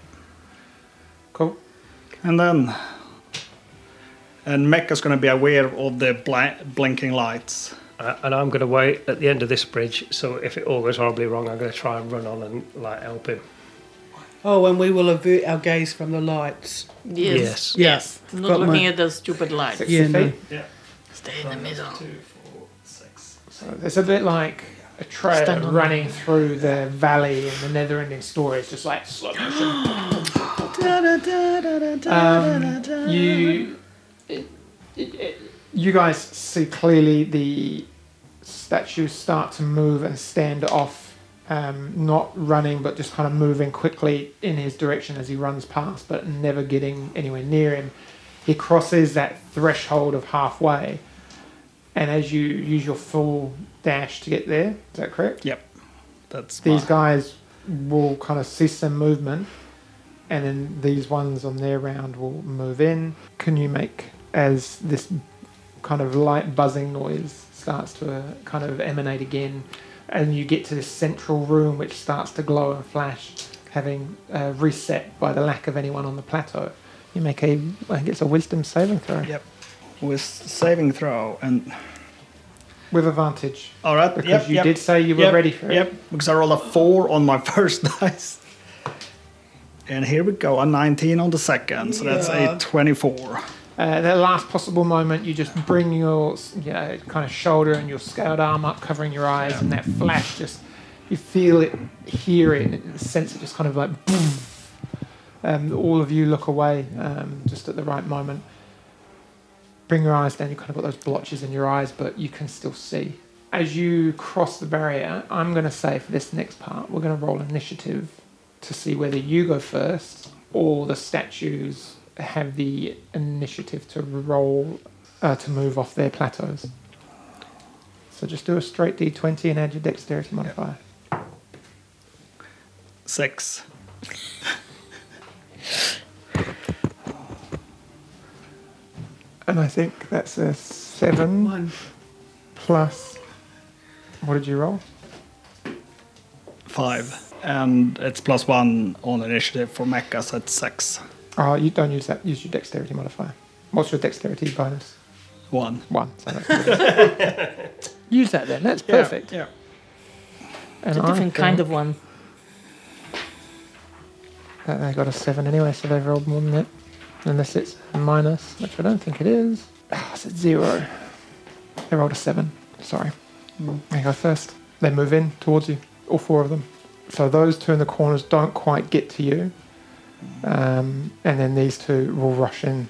S1: Cool.
S3: And then and Mecca's gonna be aware of the bla- blinking lights.
S2: Uh, and I'm going to wait at the end of this bridge. So if it all goes horribly wrong, I'm going to try and run on and like help him.
S5: Oh, and we will avert our gaze from the lights.
S4: Yes.
S2: Yes.
S5: Yeah.
S4: Yes. Not
S5: Got
S4: looking
S5: my-
S4: at those stupid lights.
S1: Sixty
S5: Yeah, no.
S1: feet.
S4: Stay in the middle.
S1: So it's a bit like a trail
S4: Stand on
S1: running through the valley in the never-ending story. It's just like slow motion. Um, you, it- it- it- you guys see clearly the statues start to move and stand off, um, not running but just kind of moving quickly in his direction as he runs past, but never getting anywhere near him. He crosses that threshold of halfway, and as you use your full dash to get there, is that correct?
S3: Yep, that's
S1: These
S3: my,
S1: guys will kind of cease their movement, and then these ones on their round will move in. Can you make as this kind of light buzzing noise starts to uh, kind of emanate again, and you get to this central room which starts to glow and flash, having uh, reset by the lack of anyone on the plateau? You make a, I think it's a wisdom saving throw
S3: Yep, with saving throw and
S1: with advantage.
S3: all right.
S1: Because
S3: yep,
S1: you
S3: yep,
S1: did say you were
S3: yep,
S1: ready for it.
S3: Yep, because I rolled a four on my first dice. And here we go, a 19 on the second, so that's
S5: Yeah.
S3: a 24.
S1: Uh, that last possible moment, you just bring your you know, kind of shoulder and your scaled arm up, covering your eyes, and that flash just you feel it, hear it, and sense it just kind of like boom. Um, all of you look away um, just at the right moment. Bring your eyes down, you kind of got those blotches in your eyes, but you can still see. As you cross the barrier, I'm going to say for this next part, we're going to roll initiative to see whether you go first or the statues have the initiative to roll uh, to move off their plateaus. So just do a straight d20 and add your dexterity modifier.
S3: Six.
S1: And I think that's a seven
S5: One.
S1: plus. What did you roll?
S3: Five. And it's plus one on initiative for Mecha, so it's six.
S1: Oh, you don't use that. Use your dexterity modifier. What's your dexterity bonus?
S3: One.
S1: One. So that's good. use that then. That's perfect.
S3: Yeah.
S1: And
S4: It's a
S1: I
S4: different kind
S1: think
S4: of one.
S1: that they Uh, got a seven anyway, so they've rolled more than that. Unless it's a minus, which I don't think it is. Ah, it's at zero. They rolled a seven. Sorry. They go first. They move in towards you, all four of them. So those two in the corners don't quite get to you. Um, and then these two will rush in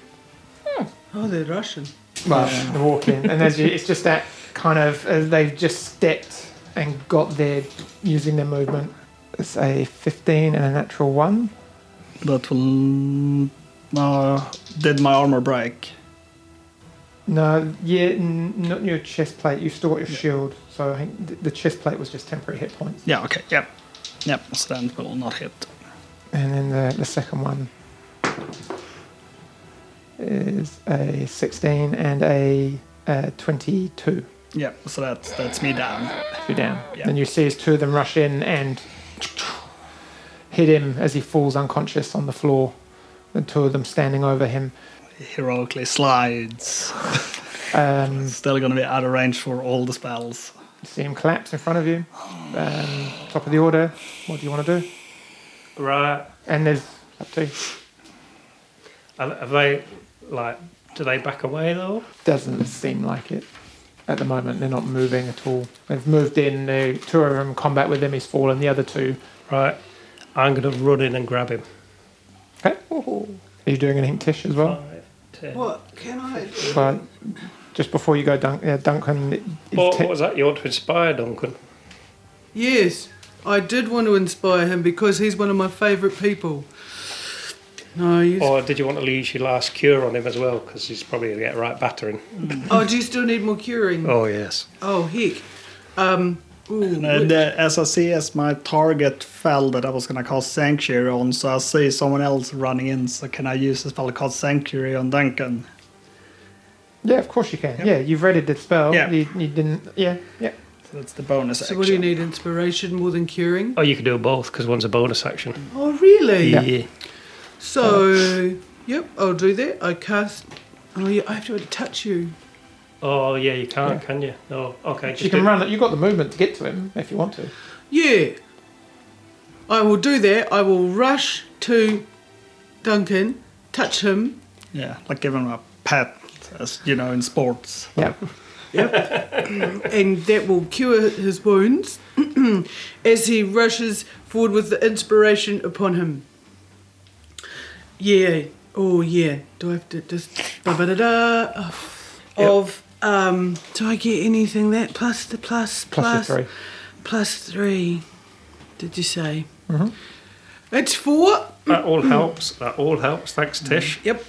S5: Oh, they're Russian.
S1: well, the walk in, and as you, it's just that kind of as they've just stepped and got there using their movement. It's a 15 and a natural one.
S3: That will. No. Did my armor break?
S1: No, yeah, n- not your chest plate. You've still got your shield, so I think th- the chest plate was just temporary hit points.
S3: Yeah, okay. Yep. Yep, so then it will not hit.
S1: And then the, the second one is a 16 and a uh, 22.
S3: Yep, so that's, that's me down.
S1: you down.
S3: Yeah.
S1: And you see as two of them rush in and hit him as he falls unconscious on the floor. The two of them standing over him.
S3: Heroically slides.
S1: Um,
S3: Still gonna be out of range for all the spells.
S1: you see him collapse in front of you. Um, top of the order. What do you want to do?
S2: Right.
S1: And there's up to you.
S2: Are, are they like? Do they back away though?
S1: doesn't seem like it at the moment. They're not moving at all. They've moved in. The two of them combat with him. He's fallen. The other two.
S2: Right. I'm going to run in and grab him.
S1: Okay. Are you doing anything, Tish, as well?
S2: Five, ten.
S5: What can I do?
S1: But just before you go, Dun- yeah, Duncan. it- it's
S2: What,
S1: te-
S2: what was that? You want to inspire Duncan?
S5: Yes, I did want to inspire him because he's one of my favourite people. No, you.
S3: Oh.
S2: Or did you want to use your last cure on him as well? Because he's probably going to get right battering.
S5: Oh, do you still need more curing?
S2: Oh, yes.
S5: Oh, heck. Um, ooh,
S3: And, uh, as I see, as my target fell that I was gonna cast Sanctuary on, so I see someone else running in, so can I use the spell called Sanctuary on Duncan?
S1: Yeah, of course you can. Yeah, you've read it, the spell.
S3: Yeah.
S1: You, you didn't. Yeah, yeah.
S3: So that's Uh, the bonus
S5: so
S3: action.
S5: what do you need? Inspiration more than curing?
S2: Oh, you can do both because one's a bonus action.
S5: Oh, really?
S1: Yeah.
S5: So, yep, I'll do that. I cast Oh, yeah, I have to be able to touch you.
S2: Oh yeah, you can't, can you? No. Okay.
S1: You
S2: Just
S1: can
S2: do-
S1: run. You've got the movement to get to him if you want to.
S5: Yeah. I will do that. I will rush to Duncan, touch him.
S3: Yeah, like give him a pat, as you know, in sports.
S1: Yeah.
S5: and that will cure his wounds as he rushes forward with the inspiration upon him. Yeah, oh yeah. Do I have to just da da da of um? Do I get anything that plus the plus
S1: Plus
S5: plus
S1: your three.
S5: plus three? Did you say? Mm-hmm. It's four.
S2: That all helps. That all helps. Thanks, Tish.
S5: Yep.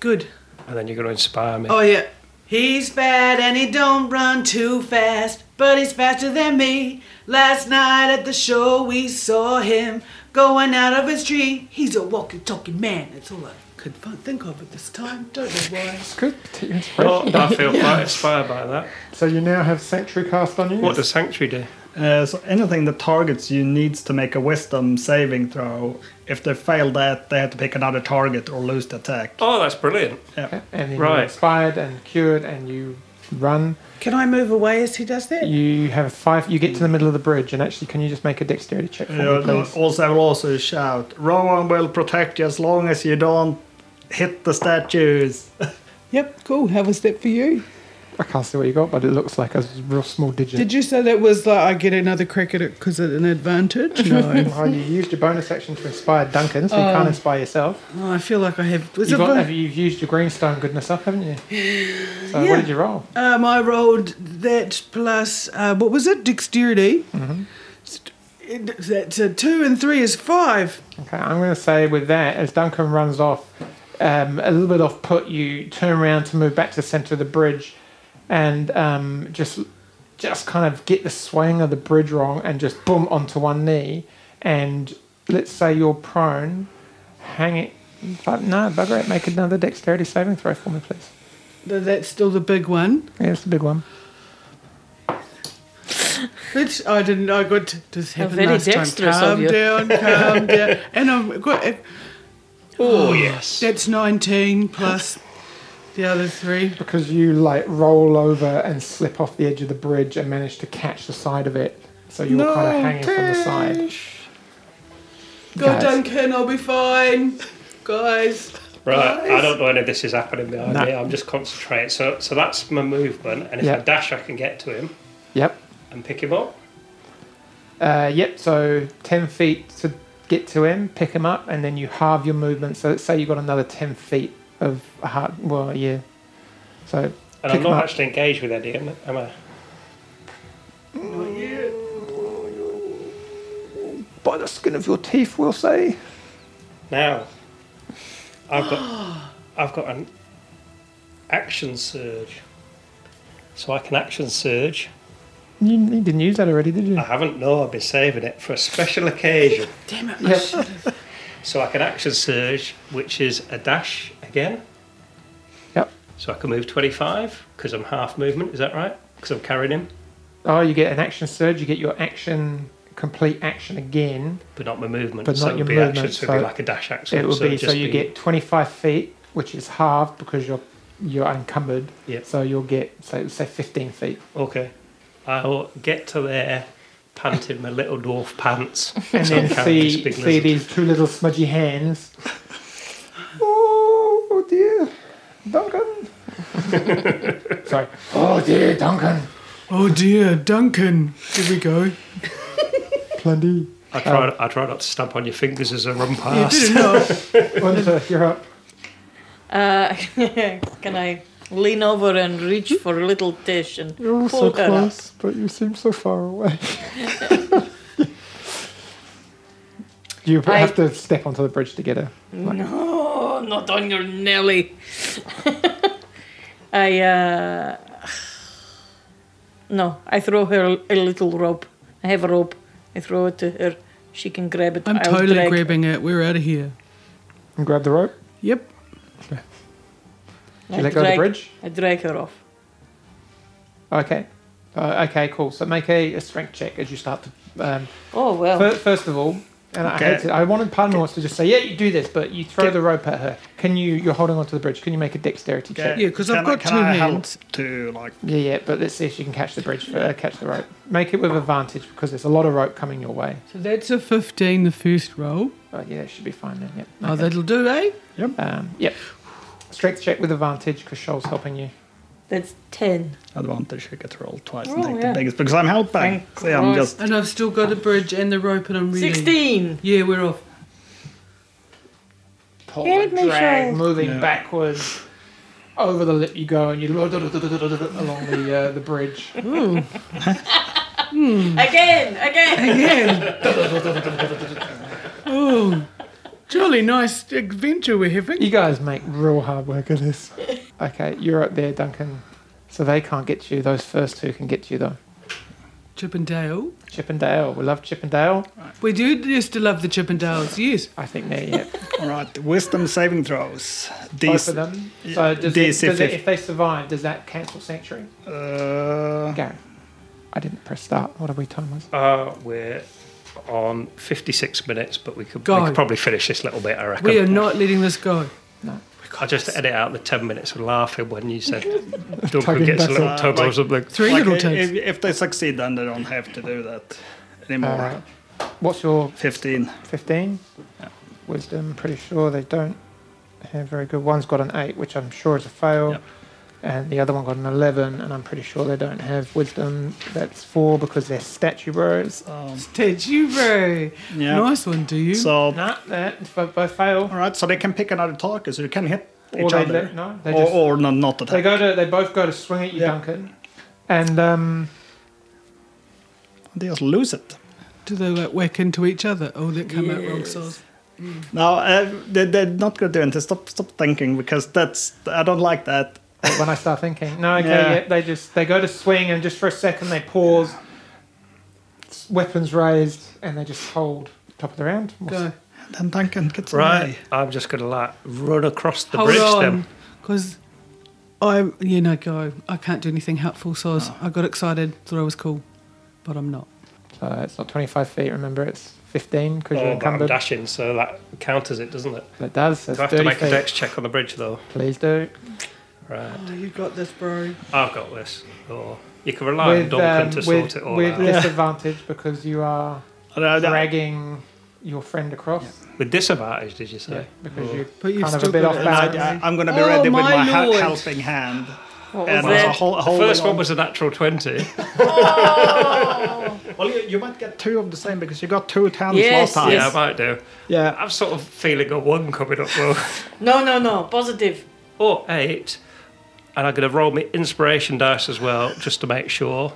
S5: Good.
S2: And then you're going to inspire me.
S5: Oh yeah. He's bad and he don't run too fast, but he's faster than me. Last night at the show we saw him going out of his tree. He's a walkie-talkie man. That's all I could fi- think of at this time. Don't know why.
S1: It's good. Take your
S2: Oh,
S1: inspiration.
S2: I feel quite inspired by that.
S1: So you now have sanctuary cast on you.
S2: What does Sanctuary do?
S3: Uh, so anything that targets you needs to make a wisdom saving throw. If they fail that, they have to pick another target or lose the attack.
S2: Oh, that's brilliant.
S1: Okay, And then
S2: Right.
S1: you're inspired and cured, and you run.
S5: Can I move away as he does that?
S1: You have five. You get to the middle of the bridge, and actually, can you just make a dexterity check for me,
S3: Uh,
S1: please?
S3: also, I will also shout, Rowan will protect you as long as you don't hit the statues.
S5: Yep, cool. How was that for you?
S1: I can't see what you got, but it looks like a real small digit.
S5: Did you say that was like I get another crack at it because it's an advantage? No.
S1: Oh, you used your bonus action to inspire Duncan, so you can't inspire yourself.
S5: oh, I feel like I have. Was
S1: You've,
S5: Oh. it
S1: got,
S5: my-
S1: have, you've used your greenstone goodness up, haven't you? So
S5: Yeah.
S1: what did you roll?
S5: Um, I rolled that plus uh, what was it? Dexterity. Mm-hmm. That's a two and three is five.
S1: Okay, I'm going to say with that, as Duncan runs off, um, a little bit off put, you turn around to move back to the centre of the bridge, and um, just just kind of get the swing of the bridge wrong, and just boom onto one knee, and let's say you're prone, hang it. But no, bugger it. Make another dexterity saving throw for me, please.
S5: Th- That's still the big one.
S1: Yeah, it's a big one.
S5: Which I didn't. I got this happened
S4: very
S5: last time.
S4: dexterous of
S5: Calm
S4: you.
S5: down, calm down. And I've got uh,
S2: Oh, yes.
S5: that's nineteen plus the other three.
S1: Because you like roll over and slip off the edge of the bridge and manage to catch the side of it, so you were kind of hanging from the side.
S5: Go
S1: Guys.
S5: Duncan, I'll be fine, guys.
S2: Right, I don't know any of this is happening behind me. I'm just concentrating. So, so that's my movement, and if I
S1: Yeah.
S2: dash, I can get to him
S1: Yep.
S2: and pick him up.
S1: Uh, yep, so 10 feet to get to him, pick him up, and then you halve your movement. So let's say you got another 10 feet of heart. Well, yeah. So
S2: And
S1: Pick
S2: I'm
S1: him
S2: not
S1: up.
S2: actually engaged with Eddie, am I? Am I?
S1: by the skin of your teeth, we'll say.
S2: Now, I've got, I've got an action surge, so I can action surge.
S1: You, you didn't use that already, did you?
S2: I haven't. No, I've been saving it for a special occasion.
S5: Damn it!
S1: Yep.
S2: So I can action surge, which is a dash again.
S1: Yep.
S2: So I can move 25 because I'm half movement. Is that right? Because I'm carrying him,
S1: Oh, you get an action surge, you get your action, complete action again.
S2: but not my movement.
S1: But
S2: so
S1: not
S2: it would
S1: your
S2: be Action,
S1: movement,
S2: so it'd be
S1: so
S2: like a dash action.
S1: It will
S2: it'd
S1: be so
S2: just
S1: you get 25 feet, which is halved because you're you're encumbered.
S2: Yep.
S1: So you'll get, so say 15 feet.
S2: Okay. I'll get to there, panting my little dwarf pants.
S1: and
S2: So
S1: then
S2: I'm carrying this
S1: see
S2: big
S1: see
S2: lizard.
S1: these two little smudgy hands. oh, oh dear, Duncan. Sorry. Oh dear, Duncan.
S5: Oh dear, Duncan. Here we go.
S1: Plenty.
S2: I
S1: um,
S2: try, I try not to stamp on your fingers as I run
S5: You
S2: past.
S5: didn't know.
S1: Wanda, you're up.
S4: Uh, can I lean over and reach for little Tish and
S1: You're all
S4: pull her up?
S1: but you seem so far away. you
S4: I-
S1: have to step onto the bridge to get her.
S4: No, not on your Nelly. I uh, no, I throw her a little rope. I have a rope. I throw it to her. She can grab it.
S5: I'm
S4: I'll
S5: totally
S4: drag-
S5: grabbing it. We're out of here.
S1: And grab the rope.
S5: Yep.
S1: Do
S4: I
S1: you let go of the
S4: drag-
S1: bridge?
S4: I drag her off.
S1: Okay. Uh, okay, cool. So make a, a strength check as you start to. Um,
S4: Oh well.
S1: fir- first of all, And I
S3: Okay.
S1: hated it. I wanted Padmos to just say, yeah, you do this, but you throw
S3: Okay.
S1: the rope at her. Can you, you're holding onto the bridge. Can you make a dexterity check?
S5: Yeah, 'cause I've
S3: Can I-
S5: got
S3: can
S5: two
S3: I
S5: hands.
S3: Help to like
S1: Yeah, yeah, but let's see if you can catch the bridge, uh, catch the rope. Make it with advantage because there's a lot of rope coming your way.
S5: So that's a 15, the first roll.
S1: Oh, yeah, it should be fine then, yep.
S5: Oh, that'll do, eh?
S1: Um, yep. Strength check with advantage because Shoal's helping you.
S4: That's 10.
S3: advantage? I get to roll twice
S4: Oh,
S3: and take
S4: yeah.
S3: the biggest because I'm helping.
S4: Thank
S3: See, I'm
S4: Christ.
S3: just
S5: And I've still got the bridge and the rope, and I'm ready.
S4: 16!
S5: Yeah, we're off.
S1: Pull,
S4: Help me,
S1: drag,
S4: Shoal.
S1: moving
S3: Yeah.
S1: backwards. Over the lip you go, and you along the uh, the bridge.
S3: Hmm.
S5: Hmm.
S4: Again! Again!
S5: Again. oh, jolly nice adventure we're having.
S1: You guys make real hard work of this. Okay, you're up there, Duncan. So they can't get you. Those first two can get you though.
S5: Chip and Dale.
S1: Chippendale. We love Chippendale.
S5: We do used to love the Chip and Dales, yes.
S1: I think they're yep.
S3: all right. Wisdom saving throws.
S1: both
S3: These,
S1: of them. So does it,
S3: DC
S1: does it,
S3: fif-
S1: if they survive, does that cancel Sanctuary?
S3: Uh,
S1: Gary. I didn't press start. What are we time was?
S2: Uh, we're on 56 minutes, but we could, we
S5: Go.
S2: could probably finish this little bit, I reckon.
S5: We are not letting this go.
S2: I just edit out the 10 minutes of laughing when you said Duncan
S1: Tugging
S2: gets a
S1: back
S2: little
S3: up.
S2: tug or
S3: Like-
S2: something.
S5: Three
S3: like,
S5: little
S3: i-
S5: takes.
S3: if, if they succeed, then they don't have to do that anymore.
S1: All right. What's your
S3: Fifteen.
S1: 15? Wisdom. Pretty sure they don't have very good. One's got an eight, which I'm sure is a fail.
S3: Yep.
S1: And the other one got an 11, and I'm pretty sure they don't have wisdom. That's four because they're statue bros.
S3: Um,
S5: Statue bro.
S3: yeah.
S5: Nice one, do you?
S3: So
S1: No, that both, both fail.
S3: all right. So they can pick another target. So they can hit
S1: Or
S3: each
S1: they,
S3: other.
S1: let- no, they
S3: or,
S1: just
S3: or not, not
S1: They
S3: attack.
S1: go to. They both go to swing at you,
S3: Yeah.
S1: Duncan, and um,
S3: They just lose it.
S5: do they like whack into each other? Oh, that came out wrong size.
S3: No, uh, they, they're not going to do it. Stop, stop thinking because that's I don't like that.
S1: when I start thinking, no, okay, yeah.
S3: Yeah.
S1: they just they go to swing, and just for a second they pause, weapons raised, and they just hold top of the round.
S5: Go.
S3: Then Duncan gets
S2: Right,
S3: away.
S2: I'm just going to like run across the
S5: Hold
S2: bridge
S5: on.
S2: then.
S5: Because I, you know, go. I can't do anything helpful, size.
S2: Oh.
S5: I got excited, thought I was cool, but I'm not.
S1: So Uh, it's not twenty five feet. Remember, it's fifteen because you're
S2: Oh, but I'm
S1: encumbered.
S2: dashing, so that counters it, doesn't it?
S1: That does. That's
S2: Do I have to
S1: thirty
S2: make a
S1: feet.
S2: dex check on the bridge though?
S1: Please do.
S2: Right,
S5: Oh, you got this, bro.
S2: I've got this. Oh, you can rely on Duncan
S1: um,
S2: to
S1: with,
S2: sort it all
S1: with
S2: out.
S1: disadvantage because you are
S3: Uh, that-
S1: dragging your friend across.
S2: With disadvantage, did you say?
S1: Yeah, because
S2: Oh.
S1: you're
S5: But you've
S1: kind of a
S5: still
S1: bit
S5: got
S1: off
S5: it.
S3: and
S1: balance.
S3: I, I'm going to be
S5: Oh,
S3: ready with
S5: my
S3: my he-
S5: lord.
S3: helping hand.
S4: What was
S3: And also
S4: that?
S3: hol-
S2: The
S3: holding
S2: first one
S3: on.
S2: was a natural 20.
S3: Well, you, you might get two of the same because you got two towns
S4: Yes,
S3: last time.
S2: yeah, I
S4: yes.
S2: might do.
S1: Yeah,
S2: I'm sort of feeling a one coming up though.
S4: No, no, no. Positive.
S2: or eight, and I'm going to roll my inspiration dice as well, just to make sure.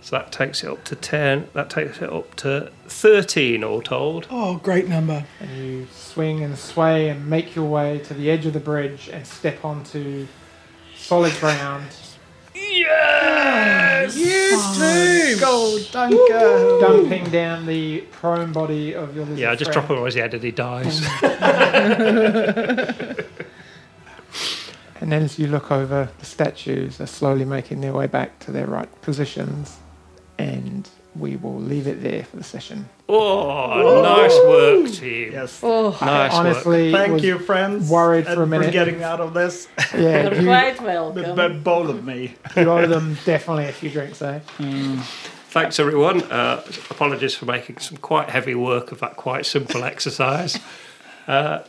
S2: So that takes it up to ten. That takes it up to thirteen, all told.
S5: Oh, great number.
S1: and you swing and sway and make your way to the edge of the bridge and step onto solid ground.
S3: Go, Duncan!
S1: dumping down the prone body of your lizard
S2: Yeah, I just drop
S1: friend.
S2: him on his head and he dies.
S1: And then as you look over, the statues are slowly making their way back to their right positions, and we will leave it there for the session.
S2: Oh, nice work, team.
S3: Yes.
S4: Oh,
S2: Nice
S1: I
S2: work.
S1: honestly
S3: Thank
S1: was-
S3: you, friends.
S1: worried for a minute.
S3: For getting out of this.
S4: you're
S1: Yeah,
S4: quite welcome.
S3: But both of me.
S1: you, you owe them definitely a few drinks, eh?
S2: Thanks, everyone. Uh, apologies for making some quite heavy work of that quite simple exercise. Uh,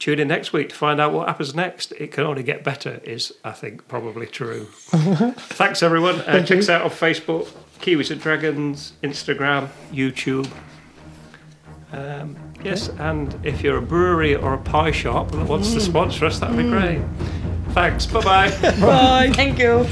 S2: tune in next week to find out what happens next. It can only get better, is I think probably true. Thanks, everyone. Uh, check us out on Facebook, Kiwis and Dragons, Instagram, YouTube. Um, yes, and if you're a brewery or a pie shop that wants to sponsor us, that'd be great. Thanks. Bye bye.
S4: Thank you.